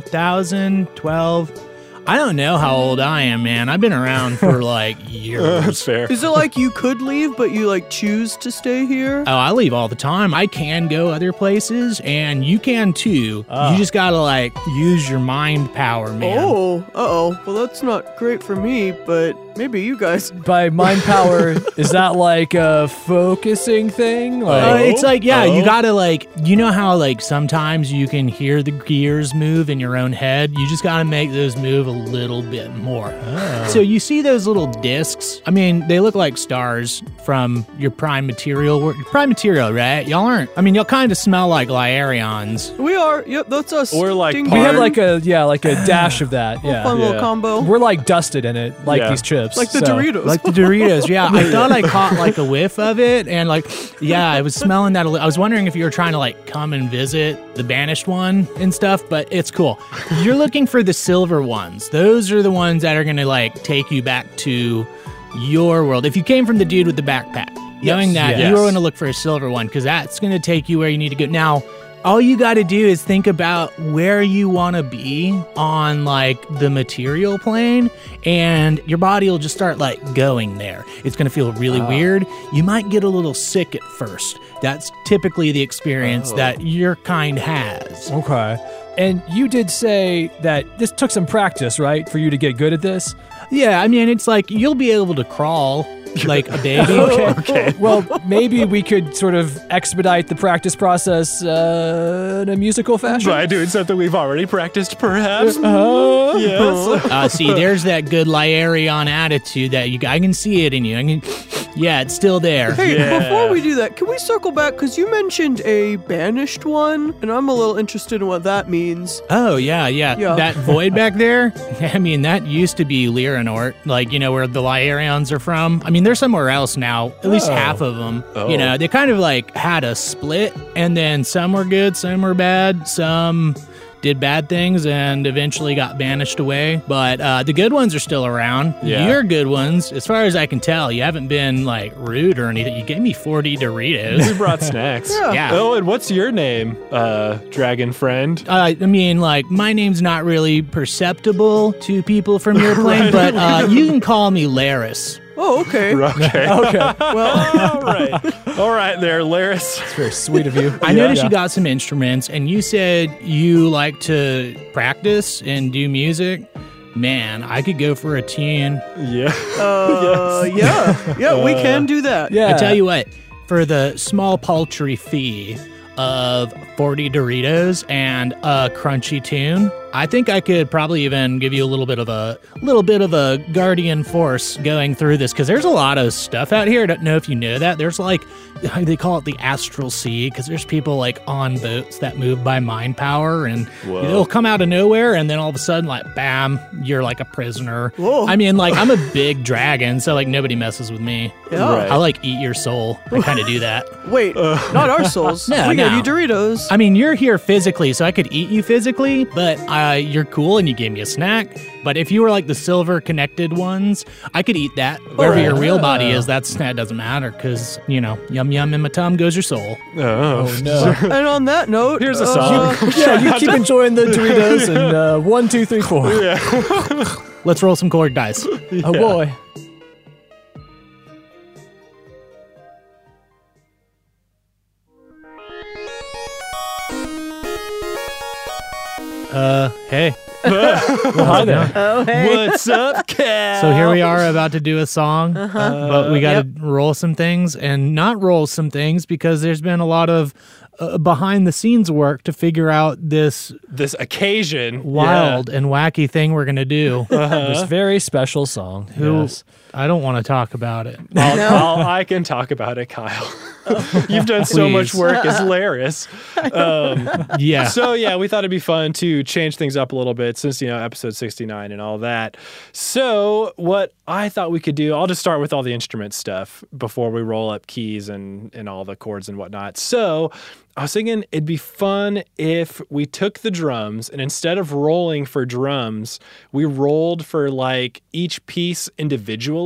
[SPEAKER 2] 10,000, 12. I don't know how old I am, man. I've been around for like years.
[SPEAKER 3] That's fair.
[SPEAKER 1] Is it like you could leave, but you like choose to stay here?
[SPEAKER 2] Oh, I leave all the time. I can go other places, and you can too. You just gotta like use your mind power, man.
[SPEAKER 1] Oh, uh oh. Well, that's not great for me, but maybe you guys.
[SPEAKER 4] by mind power, is that like a focusing thing?
[SPEAKER 2] Uh,
[SPEAKER 4] Like,
[SPEAKER 2] it's like yeah, you
[SPEAKER 3] Oh.
[SPEAKER 2] gotta like you know how like sometimes you can hear the gears move in your own head. You just gotta make those move a little bit more.
[SPEAKER 3] Oh.
[SPEAKER 2] So you see those little discs. I mean, they look like stars from your prime material. Your prime material, right? Y'all aren't. I mean, y'all kind of smell like Lyarians.
[SPEAKER 1] We are. Yep, that's us.
[SPEAKER 3] We're like
[SPEAKER 1] Ding
[SPEAKER 3] part-
[SPEAKER 4] we have
[SPEAKER 1] dong.
[SPEAKER 4] like a yeah, like a dash of that.
[SPEAKER 1] fun
[SPEAKER 4] Yeah,
[SPEAKER 3] Yeah.
[SPEAKER 1] little combo.
[SPEAKER 4] we're like dusted in it, like
[SPEAKER 3] Yeah.
[SPEAKER 4] these chips,
[SPEAKER 1] like the
[SPEAKER 4] so-
[SPEAKER 1] Doritos.
[SPEAKER 2] Like the Doritos, yeah. I thought I caught like a whiff of it, and like, yeah, I was smelling that. A li- I was wondering if you were trying to like come and visit the banished one and stuff, but it's cool. You're looking for the silver ones. Those are the ones that are gonna like take you back to your world. If you came from the dude with the backpack, knowing that
[SPEAKER 4] Yes.
[SPEAKER 2] you were gonna look for a silver one because that's gonna take you where you need to go. Now. All you got to do is think about where you want to be on like the material plane and your body will just start like going there. It's going to feel really weird. You might get a little sick at first. That's typically the experience that your kind has.
[SPEAKER 4] Okay. And you did say that this took some practice, right, for you to get good at this.
[SPEAKER 2] Yeah, I mean it's like you'll be able to crawl like a baby.
[SPEAKER 4] okay. Well, maybe we could sort of expedite the practice process uh, in a musical fashion.
[SPEAKER 3] By doing something we've already practiced, perhaps.
[SPEAKER 4] Uh,
[SPEAKER 3] yes.
[SPEAKER 2] Uh, see, there's that good Lyarian attitude that you I can see it in you. I can, yeah, it's still there.
[SPEAKER 1] Hey,
[SPEAKER 3] Yeah.
[SPEAKER 1] before we do that, can we circle back? Because you mentioned a banished one, and I'm a little interested in what that means.
[SPEAKER 2] Oh yeah, yeah.
[SPEAKER 1] Yeah.
[SPEAKER 2] That void back there. I mean, that used to be Lyranort, like you know where the Lyarians are from. I mean, they're somewhere else now. At least half of them. You know, they kind of like had a split, and then some were good, some were bad, some did bad things and eventually got banished away. But uh, the good ones are still around.
[SPEAKER 3] Yeah.
[SPEAKER 2] Your good ones, as far as I can tell, you haven't been like rude or anything. You gave me 40 Doritos.
[SPEAKER 3] We brought snacks.
[SPEAKER 2] Yeah.
[SPEAKER 3] Oh, and what's your name, uh, dragon friend?
[SPEAKER 2] Uh, I mean, like, my name's not really perceptible to people from your plane, but uh, you can call me Laris.
[SPEAKER 1] Oh, okay.
[SPEAKER 3] Okay.
[SPEAKER 4] Okay.
[SPEAKER 3] All right. All right there, Laris.
[SPEAKER 4] It's very sweet of you.
[SPEAKER 2] I noticed you got some instruments, and you said you like to practice and do music. Man, I could go for a tune.
[SPEAKER 3] Yeah.
[SPEAKER 1] Uh, Yeah, yeah, we
[SPEAKER 3] Uh,
[SPEAKER 1] can do that.
[SPEAKER 4] Yeah.
[SPEAKER 2] I tell you what, for the small paltry fee of 40 Doritos and a crunchy tune, I think I could probably even give you a little bit of a little bit of a guardian force going through this because there's a lot of stuff out here. I don't know if you know that. There's like they call it the astral sea because there's people like on boats that move by mind power and it'll come out of nowhere and then all of a sudden like bam, you're like a prisoner. I mean, like I'm a big dragon, so like nobody messes with me.
[SPEAKER 1] Yeah.
[SPEAKER 3] Right.
[SPEAKER 2] I like eat your soul. I kind of do that.
[SPEAKER 1] Wait, not our souls.
[SPEAKER 2] No,
[SPEAKER 1] we gave
[SPEAKER 2] no.
[SPEAKER 1] you Doritos.
[SPEAKER 2] I mean, you're here physically, so I could eat you physically, but uh, you're cool and you gave me a snack. But if you were like the silver connected ones, I could eat that. Wherever your real body is, that's, that doesn't matter because, you know, yum yum in my tum goes your soul.
[SPEAKER 3] Oh.
[SPEAKER 4] No.
[SPEAKER 1] and on that note,
[SPEAKER 3] Here's a
[SPEAKER 1] uh,
[SPEAKER 3] song.
[SPEAKER 4] yeah, you keep enjoying the Doritos and uh, one, two, three, four.
[SPEAKER 2] Let's roll some cork dice.
[SPEAKER 4] Oh boy.
[SPEAKER 2] Uh, hey.
[SPEAKER 4] hi there.
[SPEAKER 6] Oh, hey.
[SPEAKER 3] What's up, cat?
[SPEAKER 2] So here we are about to do a song,
[SPEAKER 3] Uh-huh.
[SPEAKER 2] but we got to roll some things and not roll some things because there's been a lot of uh, behind the scenes work to figure out this
[SPEAKER 3] This occasion.
[SPEAKER 2] wild and wacky thing we're going to do.
[SPEAKER 3] Uh,
[SPEAKER 4] This very special song.
[SPEAKER 2] Who-
[SPEAKER 4] Yes.
[SPEAKER 2] I don't want to talk about it.
[SPEAKER 3] Yeah. I'll, I'll, I can talk about it, Kyle. You've done so much
[SPEAKER 2] Please.
[SPEAKER 3] work as Laris. Um,
[SPEAKER 2] Yeah.
[SPEAKER 3] so yeah, we thought it'd be fun to change things up a little bit since you know episode 69 and all that. So what I thought we could do, I'll just start with all the instrument stuff before we roll up keys and and all the chords and whatnot. So I was thinking it'd be fun if we took the drums and instead of rolling for drums, we rolled for like each piece individually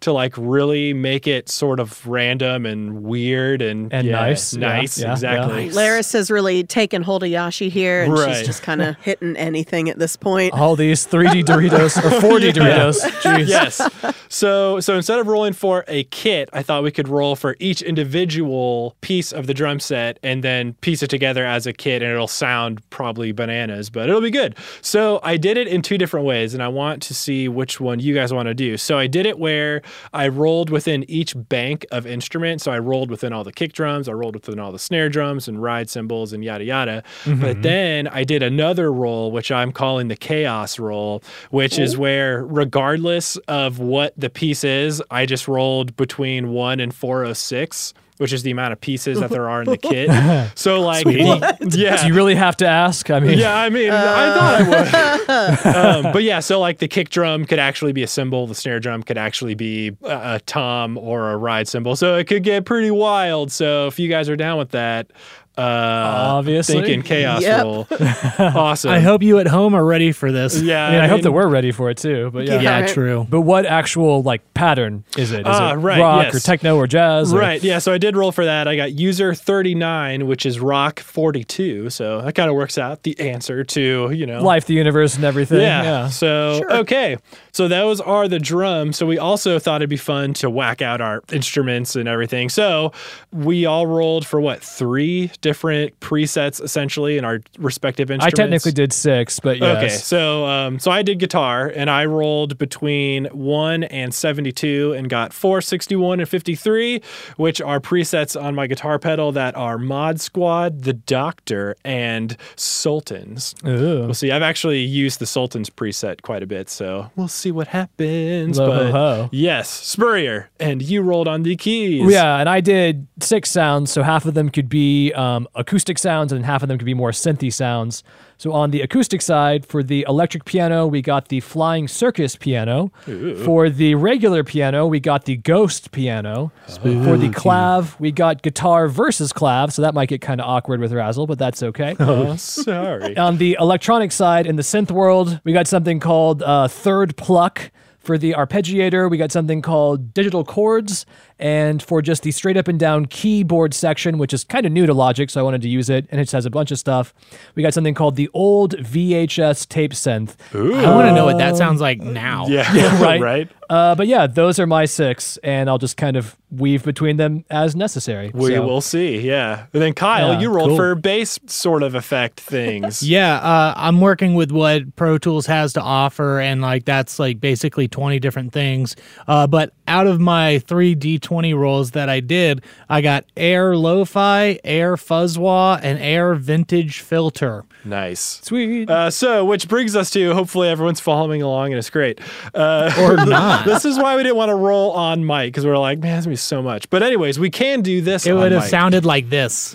[SPEAKER 3] to like really make it sort of random and weird and,
[SPEAKER 4] And
[SPEAKER 3] yeah,
[SPEAKER 4] nice. Yeah,
[SPEAKER 3] Nice,
[SPEAKER 4] yeah, yeah.
[SPEAKER 3] exactly.
[SPEAKER 6] Laris has really taken hold of Yashi here, and
[SPEAKER 3] Right.
[SPEAKER 6] she's just kind of hitting anything at this point.
[SPEAKER 4] All these 3D Doritos or 4D Doritos. Jeez.
[SPEAKER 3] yes. So so instead of rolling for a kit, I thought we could roll for each individual piece of the drum set and then piece it together as a kit and it'll sound probably bananas, but it'll be good. So I did it in two different ways and I want to see which one you guys want to do. So I did it where I rolled within each bank of instruments. So I rolled within all the kick drums, I rolled within all the snare drums and ride cymbals and yada yada.
[SPEAKER 4] Mm-hmm.
[SPEAKER 3] But then I did another roll, which I'm calling the chaos roll, which is where, regardless of what the piece is, I just rolled between one and 406. Which is the amount of pieces that there are in the kit. So, like,
[SPEAKER 4] Do
[SPEAKER 3] yeah,
[SPEAKER 4] you really have to ask? I mean,
[SPEAKER 3] yeah, I mean, I thought I would. um, but yeah, so like the kick drum could actually be a cymbal, the snare drum could actually be a, a tom or a ride cymbal. So it could get pretty wild. So if you guys are down with that, uh,
[SPEAKER 4] Obviously.
[SPEAKER 3] thinking chaos
[SPEAKER 6] Yep.
[SPEAKER 3] roll. awesome.
[SPEAKER 2] I hope you at home are ready for this.
[SPEAKER 3] Yeah,
[SPEAKER 4] I, mean, I hope
[SPEAKER 3] mean-
[SPEAKER 4] that we're ready for it too. But yeah.
[SPEAKER 2] Yeah,
[SPEAKER 6] Alright.
[SPEAKER 2] true.
[SPEAKER 4] But what actual like pattern is it? Is
[SPEAKER 3] Ah,
[SPEAKER 4] it
[SPEAKER 3] right,
[SPEAKER 4] rock or
[SPEAKER 3] yes.
[SPEAKER 4] techno or jazz? or-
[SPEAKER 3] Right, yeah. So I did roll for that. I got user 39, which is rock 42. So that kind of works out the answer to, you know,
[SPEAKER 4] life, the universe, and everything.
[SPEAKER 3] Yeah.
[SPEAKER 4] Yeah.
[SPEAKER 3] So okay. So those are the drums. So we also thought it'd be fun to whack out our instruments and everything. So we all rolled for what three different presets essentially in our respective
[SPEAKER 4] I
[SPEAKER 3] instruments.
[SPEAKER 4] technically did six, but
[SPEAKER 3] Okay,
[SPEAKER 4] yes.
[SPEAKER 3] so um, so I did guitar and I rolled between one and seventy-two and got four sixty-one and fifty-three, which are presets on my guitar pedal that are Mod Squad, The Doctor, and Sultans.
[SPEAKER 4] Ooh.
[SPEAKER 3] We'll see. I've actually used the Sultan's preset quite a bit, so we'll see what happens.
[SPEAKER 4] Lo ho
[SPEAKER 3] but
[SPEAKER 4] ho.
[SPEAKER 3] yes, Spurrier, and you rolled on the keys.
[SPEAKER 4] Yeah, and I did six sounds, so half of them could be um, acoustic sounds, and half of them could be more synthy sounds. So on the acoustic side, for the electric piano, we got the Flying Circus piano. For the regular piano, we got the Ghost piano. For the clav, we got guitar versus clav, so that might get kind of awkward with Razzle, but that's okay.
[SPEAKER 3] Oh, Sorry.
[SPEAKER 4] on the electronic side in the synth world we got something called uh, third pluck for the arpeggiator we got something called digital chords and for just the straight up and down keyboard section which is kind of new to logic so i wanted to use it and it has a bunch of stuff we got something called the old vhs tape synth
[SPEAKER 2] I want to know what that sounds like now.
[SPEAKER 3] Yeah.
[SPEAKER 4] right.
[SPEAKER 3] right.
[SPEAKER 4] uh, but yeah those are my six and i'll just kind of weave between them as necessary
[SPEAKER 3] We
[SPEAKER 4] So-
[SPEAKER 3] will see. Yeah. And then Kyle,
[SPEAKER 4] Yeah,
[SPEAKER 3] you rolled
[SPEAKER 4] cool.
[SPEAKER 3] for bass sort of effect things.
[SPEAKER 2] Yeah, uh, I'm working with what Pro Tools has to offer, and like that's like basically 20 different things. Uh, but out of my three D20 rolls that I did, I got Air Lo-Fi, Air Fuzzwa, and Air Vintage Filter.
[SPEAKER 3] Nice.
[SPEAKER 4] sweet
[SPEAKER 3] Uh, so, which brings us to hopefully everyone's following along and it's great. Uh, or not. This is why we didn't want to roll on mic because we are like, man, that's going to be so much. But, anyways, we can do this.
[SPEAKER 2] It
[SPEAKER 3] on
[SPEAKER 2] would have
[SPEAKER 3] mic.
[SPEAKER 2] sounded like this.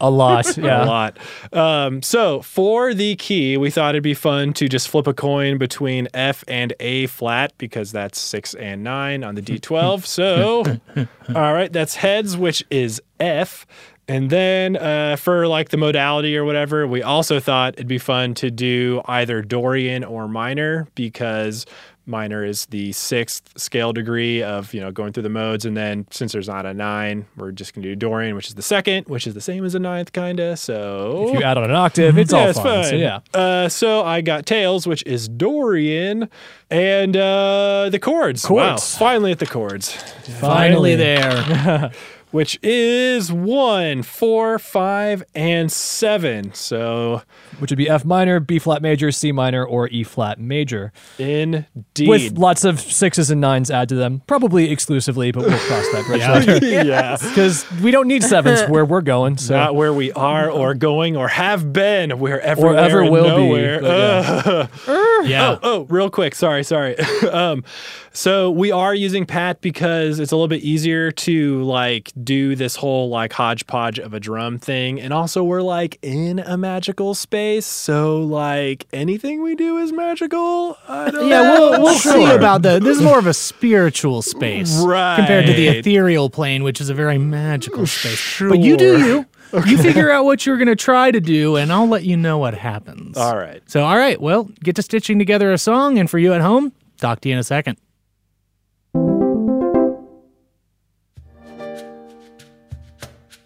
[SPEAKER 4] a lot
[SPEAKER 3] a
[SPEAKER 4] yeah
[SPEAKER 3] lot. Um, so for the key, we thought it'd be fun to just flip a coin between F and A flat because that's six and nine on the D12. so, all right, that's heads, which is F. And then uh, for like the modality or whatever, we also thought it'd be fun to do either Dorian or minor because minor is the sixth scale degree of you know going through the modes and then since there's not a nine we're just going to do dorian which is the second which is the same as a ninth kinda so
[SPEAKER 4] if you add on an octave it's all
[SPEAKER 3] it's
[SPEAKER 4] fun, so yeah
[SPEAKER 3] uh, so i got tails which is dorian and uh the chords wow
[SPEAKER 4] Chords.
[SPEAKER 3] finally at the chords
[SPEAKER 2] Finally, there.
[SPEAKER 3] which is one four five and seven so
[SPEAKER 4] which would be F minor, B flat major, C minor, or E flat major,
[SPEAKER 3] indeed
[SPEAKER 4] with lots of sixes and nines add to them, probably exclusively, but we'll cross that bridge later
[SPEAKER 3] yeah
[SPEAKER 4] because we don't need sevens where we're going. So
[SPEAKER 3] not where we are or going or have been, wherever
[SPEAKER 4] Or ever will be,
[SPEAKER 3] nowhere.
[SPEAKER 4] but yeah.
[SPEAKER 3] Ugh.
[SPEAKER 2] Yeah.
[SPEAKER 3] Oh, real quick. Sorry, sorry. um, so we are using Pat because it's a little bit easier to like do this whole like hodgepodge of a drum thing, and also we're like in a magical space, so like anything we do is magical. I don't
[SPEAKER 2] Yeah,
[SPEAKER 3] know.
[SPEAKER 2] we'll, we'll see about the. This is more of a spiritual space compared to the
[SPEAKER 3] Right.
[SPEAKER 2] ethereal plane, which is a very magical space. But you do
[SPEAKER 3] Sure.
[SPEAKER 2] you. You figure out what you're going to try to do, and I'll let you know what happens.
[SPEAKER 3] All right.
[SPEAKER 2] So, all right, well, get to stitching together a song, and for you at home, talk to you in a second.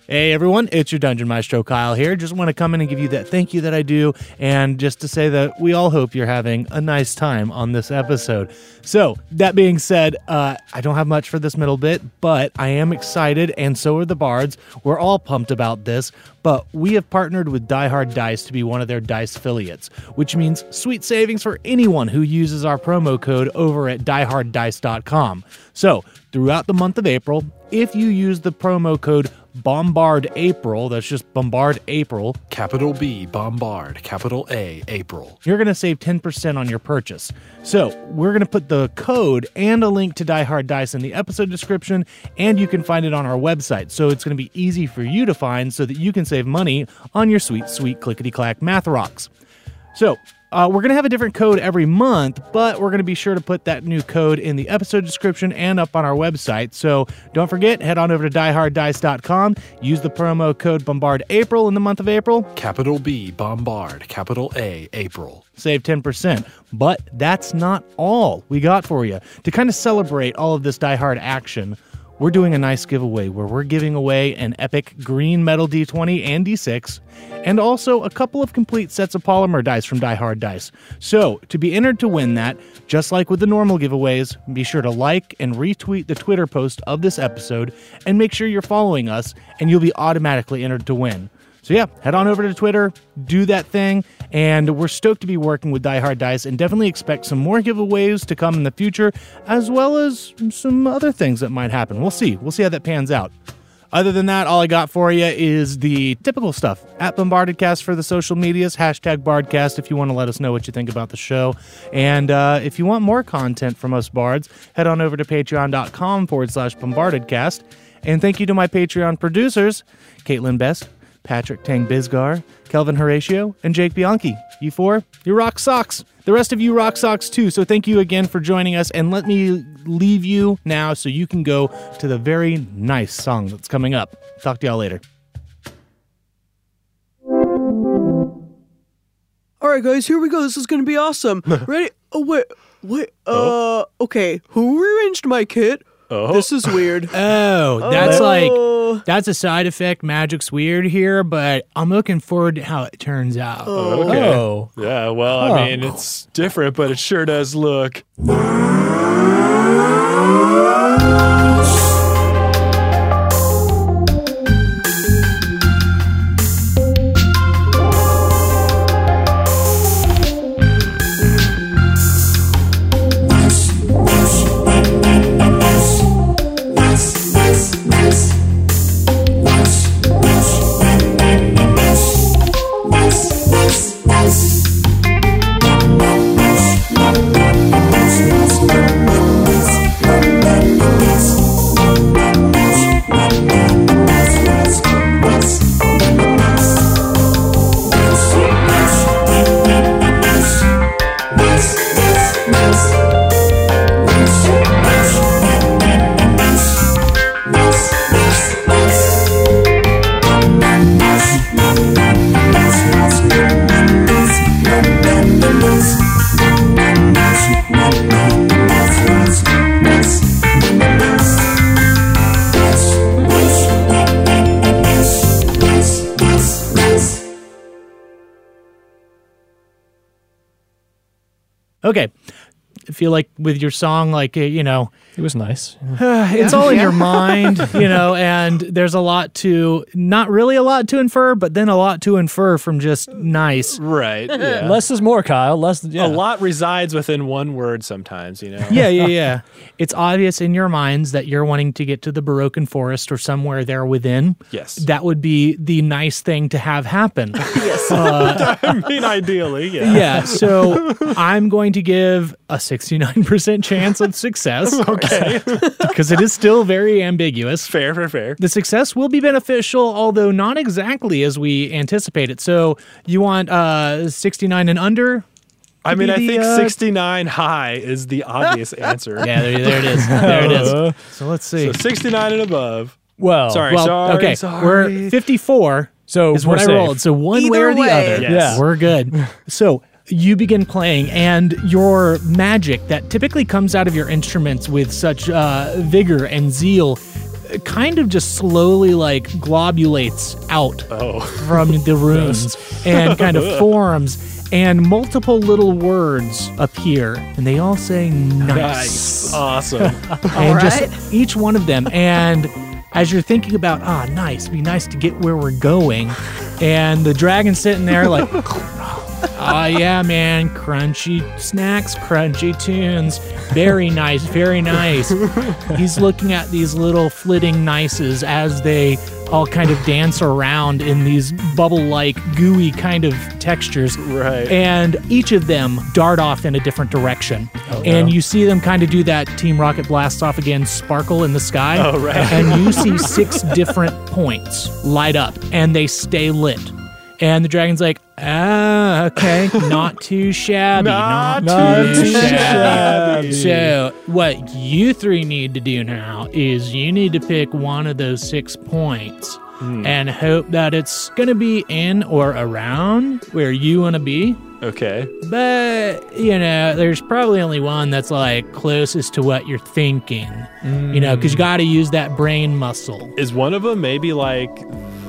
[SPEAKER 2] Hey everyone, it's your Dungeon Maestro Kyle here. Just want to come in and give you that thank you that I do, and just to say that we all hope you're having a nice time on this episode. So, that being said, uh, I don't have much for this middle bit, but I am excited, and so are the bards. We're all pumped about this, but we have partnered with Die Hard Dice to be one of their dice affiliates, which means sweet savings for anyone who uses our promo code over at dieharddice.com. So, throughout the month of April, if you use the promo code bombard april that's just bombard april
[SPEAKER 8] Capital B, Bombard. Capital A, April.
[SPEAKER 2] you're going to save 10% on your purchase so we're going to put the code and a link to die hard dice in the episode description and you can find it on our website so it's going to be easy for you to find so that you can save money on your sweet sweet clickety clack math rocks so uh, we're going to have a different code every month, but we're going to be sure to put that new code in the episode description and up on our website. So don't forget, head on over to dieharddice.com, use the promo code BombardApril in the month of April,
[SPEAKER 8] Capital B, Bombard. Capital A, April.
[SPEAKER 2] save 10%. But that's not all we got for you. To kind of celebrate all of this Die Hard action, we're doing a nice giveaway where we're giving away an epic green metal D20 and D6, and also a couple of complete sets of polymer dice from Die Hard Dice. So, to be entered to win that, just like with the normal giveaways, be sure to like and retweet the Twitter post of this episode, and make sure you're following us, and you'll be automatically entered to win. So yeah, head on over to Twitter, do that thing, and we're stoked to be working with Die Hard Dice and definitely expect some more giveaways to come in the future, as well as some other things that might happen. We'll see. We'll see how that pans out. Other than that, all I got for you is the typical stuff at BombardedCast for the social medias, hashtag Bardcast if you want to let us know what you think about the show. And uh, if you want more content from us bards, head on over to patreon.com forward slash bombardedcast. And thank you to my Patreon producers, Caitlin Best, Patrick Tang Bisgar, Kelvin Horatio, and Jake Bianchi. You four, you rock socks. The rest of you rock socks too. So thank you again for joining us. And let me leave you now so you can go to the very nice song that's coming up. Talk to y'all later.
[SPEAKER 1] All right, guys, here we go. This is gonna be awesome. Ready? Oh wait, wait. Uh, okay. Who rearranged my kit? Oh. This is weird.
[SPEAKER 2] Oh, that's
[SPEAKER 1] Oh.
[SPEAKER 2] like that's a side effect. Magic's weird here, but I'm looking forward to how it turns out.
[SPEAKER 3] Okay.
[SPEAKER 2] Oh.
[SPEAKER 3] Yeah, well, I mean, it's different, but it sure does look.
[SPEAKER 2] Okay. I feel like with your song, like uh, you know,
[SPEAKER 4] It was nice.
[SPEAKER 2] it's all in your mind, you know, and there's a lot to not really a lot to infer, but then a lot to infer from just nice.
[SPEAKER 3] Right. Yeah.
[SPEAKER 4] Less is more, Kyle. Less. Yeah.
[SPEAKER 3] A lot resides within one word sometimes, you know?
[SPEAKER 2] Yeah, yeah, yeah. it's obvious in your minds that you're wanting to get to the Baroque forest or somewhere there within.
[SPEAKER 3] Yes.
[SPEAKER 2] That would be the nice thing to have happen.
[SPEAKER 6] Yes.
[SPEAKER 3] I mean, ideally, yeah.
[SPEAKER 2] yeah, so I'm going to give a 69% chance of success. okay. Because it is still very ambiguous.
[SPEAKER 3] Fair, fair, fair.
[SPEAKER 2] The success will be beneficial, although not exactly as we anticipate it. So you want uh, 69 and under?
[SPEAKER 3] I mean,
[SPEAKER 2] be
[SPEAKER 3] I
[SPEAKER 2] the,
[SPEAKER 3] think
[SPEAKER 2] uh,
[SPEAKER 3] 69 high is the obvious answer.
[SPEAKER 2] Yeah, there, there it is. There it is. So let's see.
[SPEAKER 3] So 69 and above.
[SPEAKER 4] Well,
[SPEAKER 3] Sorry,
[SPEAKER 2] well,
[SPEAKER 3] sorry,
[SPEAKER 2] okay,
[SPEAKER 3] sorry.
[SPEAKER 2] we're 54.
[SPEAKER 4] So
[SPEAKER 2] is
[SPEAKER 4] we're
[SPEAKER 2] what
[SPEAKER 4] safe.
[SPEAKER 2] I rolled. So one way
[SPEAKER 6] Either
[SPEAKER 2] or the
[SPEAKER 6] way.
[SPEAKER 2] other,
[SPEAKER 4] Yes.
[SPEAKER 2] we're good. So you begin playing, and your magic that typically comes out of your instruments with such uh, vigor and zeal uh, kind of just slowly like globulates out
[SPEAKER 4] Oh.
[SPEAKER 2] from the runes and kind of forms and multiple little words appear and they all say nice
[SPEAKER 3] Nice. Awesome.
[SPEAKER 2] and
[SPEAKER 6] right.
[SPEAKER 2] just each one of them. And as you're thinking about, ah, nice, it'd be nice to get where we're going, and the dragon's sitting there like, oh yeah, man, crunchy snacks, crunchy tunes, very nice, very nice. He's looking at these little flitting nices as they all kind of dance around in these bubble-like, gooey kind of textures
[SPEAKER 3] Right.
[SPEAKER 2] and each of them dart off in a different direction. and you see them kind of do that Team Rocket blast off again, sparkle in the sky.
[SPEAKER 3] Oh, right.
[SPEAKER 2] and you see six different points light up, and they stay lit. And the dragon's like, ah, okay, not too shabby, not,
[SPEAKER 3] Not
[SPEAKER 2] too,
[SPEAKER 3] too
[SPEAKER 2] shabby. So, what you three need to do now is you need to pick one of those six points and hope that it's going to be in or around where you want to be.
[SPEAKER 3] Okay.
[SPEAKER 2] But, you know, there's probably only one that's like closest to what you're thinking, you know, because you got to use that brain muscle.
[SPEAKER 3] Is one of them maybe like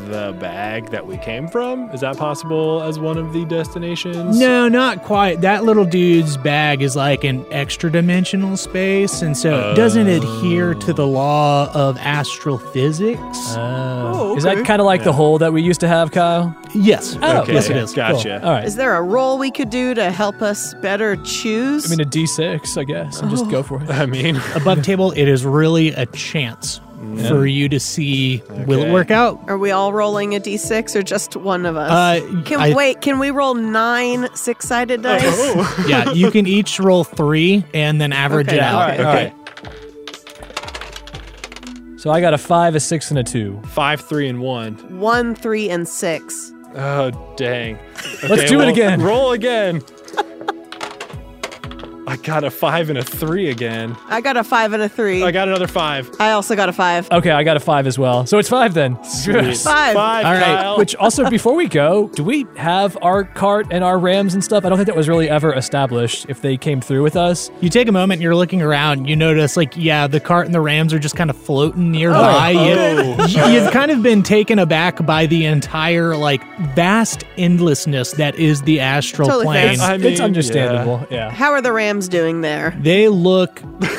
[SPEAKER 3] the bag that we came from? Is that possible as one of the destinations?
[SPEAKER 2] No, not quite. That little dude's bag is like an extra dimensional space, and so it doesn't adhere to the law of astral physics.
[SPEAKER 1] Oh,
[SPEAKER 4] Uh, Is
[SPEAKER 1] okay.
[SPEAKER 4] that kind of like the hole that we used to have, Kyle?
[SPEAKER 2] yes.
[SPEAKER 3] Okay.
[SPEAKER 2] Yes, it is.
[SPEAKER 3] Gotcha.
[SPEAKER 4] All right.
[SPEAKER 6] Is there a roll we could do to help us better choose?
[SPEAKER 4] I mean, a D6, I guess. And just go for it.
[SPEAKER 3] I mean,
[SPEAKER 2] Above table, it is really a chance for you to see will it
[SPEAKER 3] Okay.
[SPEAKER 2] work out?
[SPEAKER 6] Are we all rolling a d6 or just one of us?
[SPEAKER 2] Uh,
[SPEAKER 6] can
[SPEAKER 2] I-
[SPEAKER 6] wait? Can we roll nine six-sided dice?
[SPEAKER 2] yeah, you can each roll three and then average
[SPEAKER 6] Okay,
[SPEAKER 2] it out.
[SPEAKER 6] all right.
[SPEAKER 4] All right. So So I got a five, a six, and a two.
[SPEAKER 3] Five, three, and one.
[SPEAKER 6] One, three, and six.
[SPEAKER 3] Oh, dang. Okay,
[SPEAKER 4] do it
[SPEAKER 3] well,
[SPEAKER 4] again.
[SPEAKER 3] Roll again. I got a five and a three again.
[SPEAKER 6] I got a five and a three.
[SPEAKER 3] I got another five.
[SPEAKER 6] I also got a five.
[SPEAKER 4] Okay, I got a five as well. So it's five then.
[SPEAKER 3] Sweet.
[SPEAKER 6] Five.
[SPEAKER 3] Five,
[SPEAKER 2] All right,
[SPEAKER 3] Kyle.
[SPEAKER 4] Which also, before we go, do we have our cart and our rams and stuff? I don't think that was really ever established if they came through with us.
[SPEAKER 2] You take a moment, you're looking around, you notice, like, yeah, the cart and the rams are just kind of floating nearby. You, have kind of been taken aback by the entire, like, vast endlessness that is the astral
[SPEAKER 6] Totally fair.
[SPEAKER 2] plane.
[SPEAKER 6] That's-
[SPEAKER 3] I mean,
[SPEAKER 4] it's understandable. Yeah.
[SPEAKER 6] How are the Rams doing there?
[SPEAKER 2] They look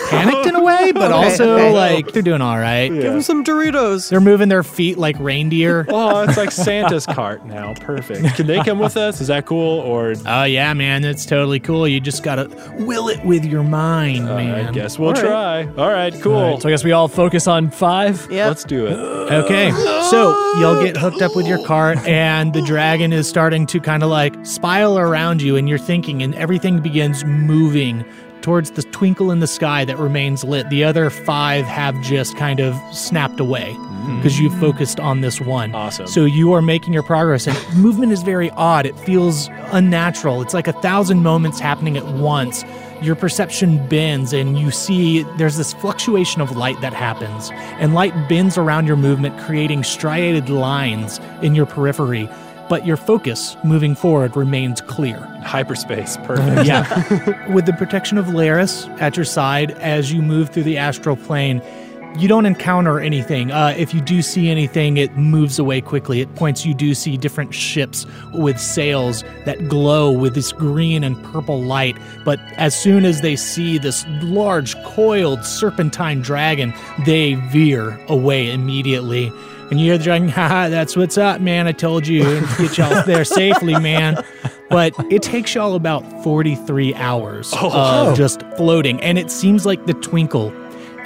[SPEAKER 2] panicked in a way, but
[SPEAKER 6] Okay,
[SPEAKER 2] also,
[SPEAKER 6] okay.
[SPEAKER 2] like, they're doing all right.
[SPEAKER 1] Give him some Doritos.
[SPEAKER 2] They're moving their feet like reindeer.
[SPEAKER 3] Oh, it's like Santa's cart now. Perfect. Can they come with us? Is that cool? Or
[SPEAKER 2] Oh yeah, man, that's totally cool. You just gotta will it with your mind, man.
[SPEAKER 3] I guess we'll try. All right, cool.
[SPEAKER 4] All right, so I guess we all focus on five.
[SPEAKER 6] Yep.
[SPEAKER 3] Let's do it.
[SPEAKER 2] Okay, so you'll get hooked up with your cart, and the dragon is starting to kind of like spiral around you, and you're thinking, and everything begins moving towards the twinkle in the sky that remains lit. The other five have just kind of snapped away because you focused on this one.
[SPEAKER 3] Awesome.
[SPEAKER 2] So you are making your progress, and movement is very odd. It feels unnatural. It's like a thousand moments happening at once. Your perception bends, and you see there's this fluctuation of light that happens. And light bends around your movement, creating striated lines in your periphery. But your focus moving forward remains clear.
[SPEAKER 3] Hyperspace. Perfect.
[SPEAKER 2] Yeah. With the protection of Laris at your side as you move through the astral plane, you don't encounter anything. Uh, if you do see anything, it moves away quickly. At points, you do see different ships with sails that glow with this green and purple light. But as soon as they see this large, coiled, serpentine dragon, they veer away immediately. And you hear the dragon, haha, that's what's up, man. I told you to get y'all there safely, man. But it takes y'all about 43 hours of just floating. And it seems like the twinkle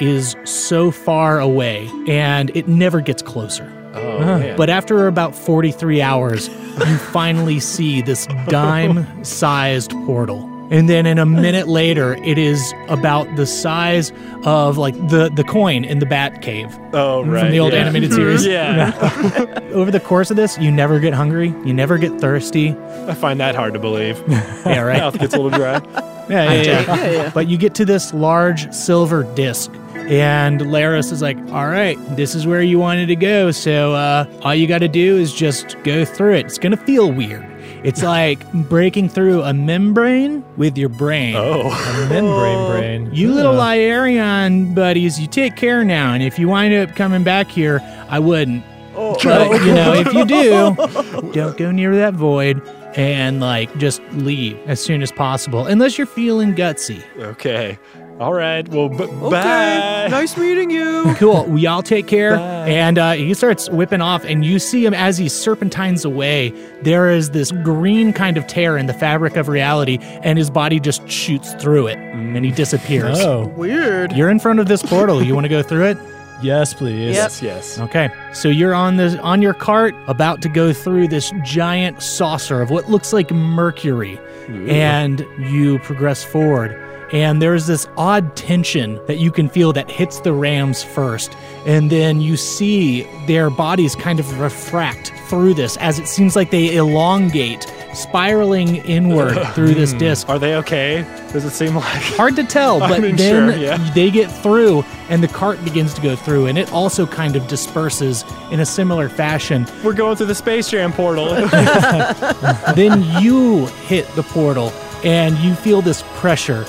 [SPEAKER 2] is so far away and it never gets closer.
[SPEAKER 3] Oh, man.
[SPEAKER 2] But after about 43 hours, you finally see this dime sized portal. And then in a minute later, it is about the size of like the, the coin in the bat cave
[SPEAKER 3] oh, right.
[SPEAKER 2] from the old
[SPEAKER 3] yeah.
[SPEAKER 2] animated series.
[SPEAKER 3] Yeah.
[SPEAKER 2] Over the course of this, you never get hungry, you never get thirsty.
[SPEAKER 3] I find that hard to believe.
[SPEAKER 2] Yeah, right.
[SPEAKER 3] Mouth gets a little dry.
[SPEAKER 2] yeah, yeah, yeah.
[SPEAKER 1] Yeah, yeah.
[SPEAKER 2] But you get to this large silver disc, and Laris is like, "All right, this is where you wanted to go. So uh, all you got to do is just go through it. It's gonna feel weird. It's like breaking through a membrane with your brain.
[SPEAKER 3] Oh.
[SPEAKER 4] Membrane brain.
[SPEAKER 2] You little Lyarion buddies, you take care now. And if you wind up coming back here, I wouldn't. But, you know, if you do, don't go near that void and, like, just leave as soon as possible, unless you're feeling gutsy.
[SPEAKER 3] Okay. All right. Well, b-
[SPEAKER 1] Okay.
[SPEAKER 3] bye.
[SPEAKER 1] Nice meeting you.
[SPEAKER 2] Cool. We all take care. And uh, he starts whipping off, and you see him as he serpentines away. There is this green kind of tear in the fabric of reality, and his body just shoots through it, and he disappears.
[SPEAKER 4] Oh,
[SPEAKER 1] Weird.
[SPEAKER 2] You're in front of this portal. You want to go through it?
[SPEAKER 4] yes,
[SPEAKER 6] Yep.
[SPEAKER 4] please.
[SPEAKER 3] Yes, yes.
[SPEAKER 2] Okay, so you're on this on your cart, about to go through this giant saucer of what looks like mercury, and you progress forward. And there's this odd tension that you can feel that hits the rams first, and then you see their bodies kind of refract through this as it seems like they elongate, spiraling inward through this disc.
[SPEAKER 3] Are they okay? Does it seem like.
[SPEAKER 2] Hard to tell, but
[SPEAKER 3] mean,
[SPEAKER 2] then
[SPEAKER 3] sure, yeah.
[SPEAKER 2] they get through and the cart begins to go through and it also kind of disperses in a similar fashion.
[SPEAKER 3] We're going through the Space Jam portal.
[SPEAKER 2] then you hit the portal and you feel this pressure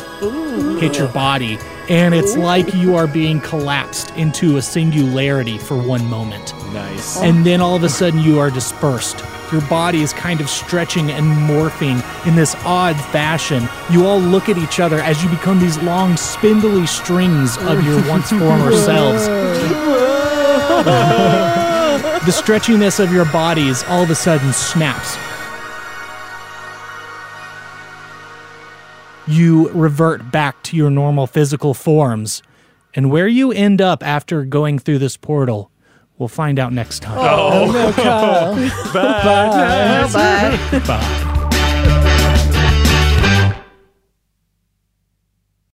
[SPEAKER 2] hit your body and it's like you are being collapsed into a singularity for one moment.
[SPEAKER 3] nice.
[SPEAKER 2] And then all of a sudden, you are dispersed. Your body is kind of stretching and morphing in this odd fashion. You all look at each other as you become these long, spindly strings of your once former selves. the stretchiness of your bodies all of a sudden snaps. You revert back to your normal physical forms. And where you end up after going through this portal, we'll find out next time.
[SPEAKER 6] Bye.
[SPEAKER 3] Bye.
[SPEAKER 6] Bye.
[SPEAKER 2] Bye.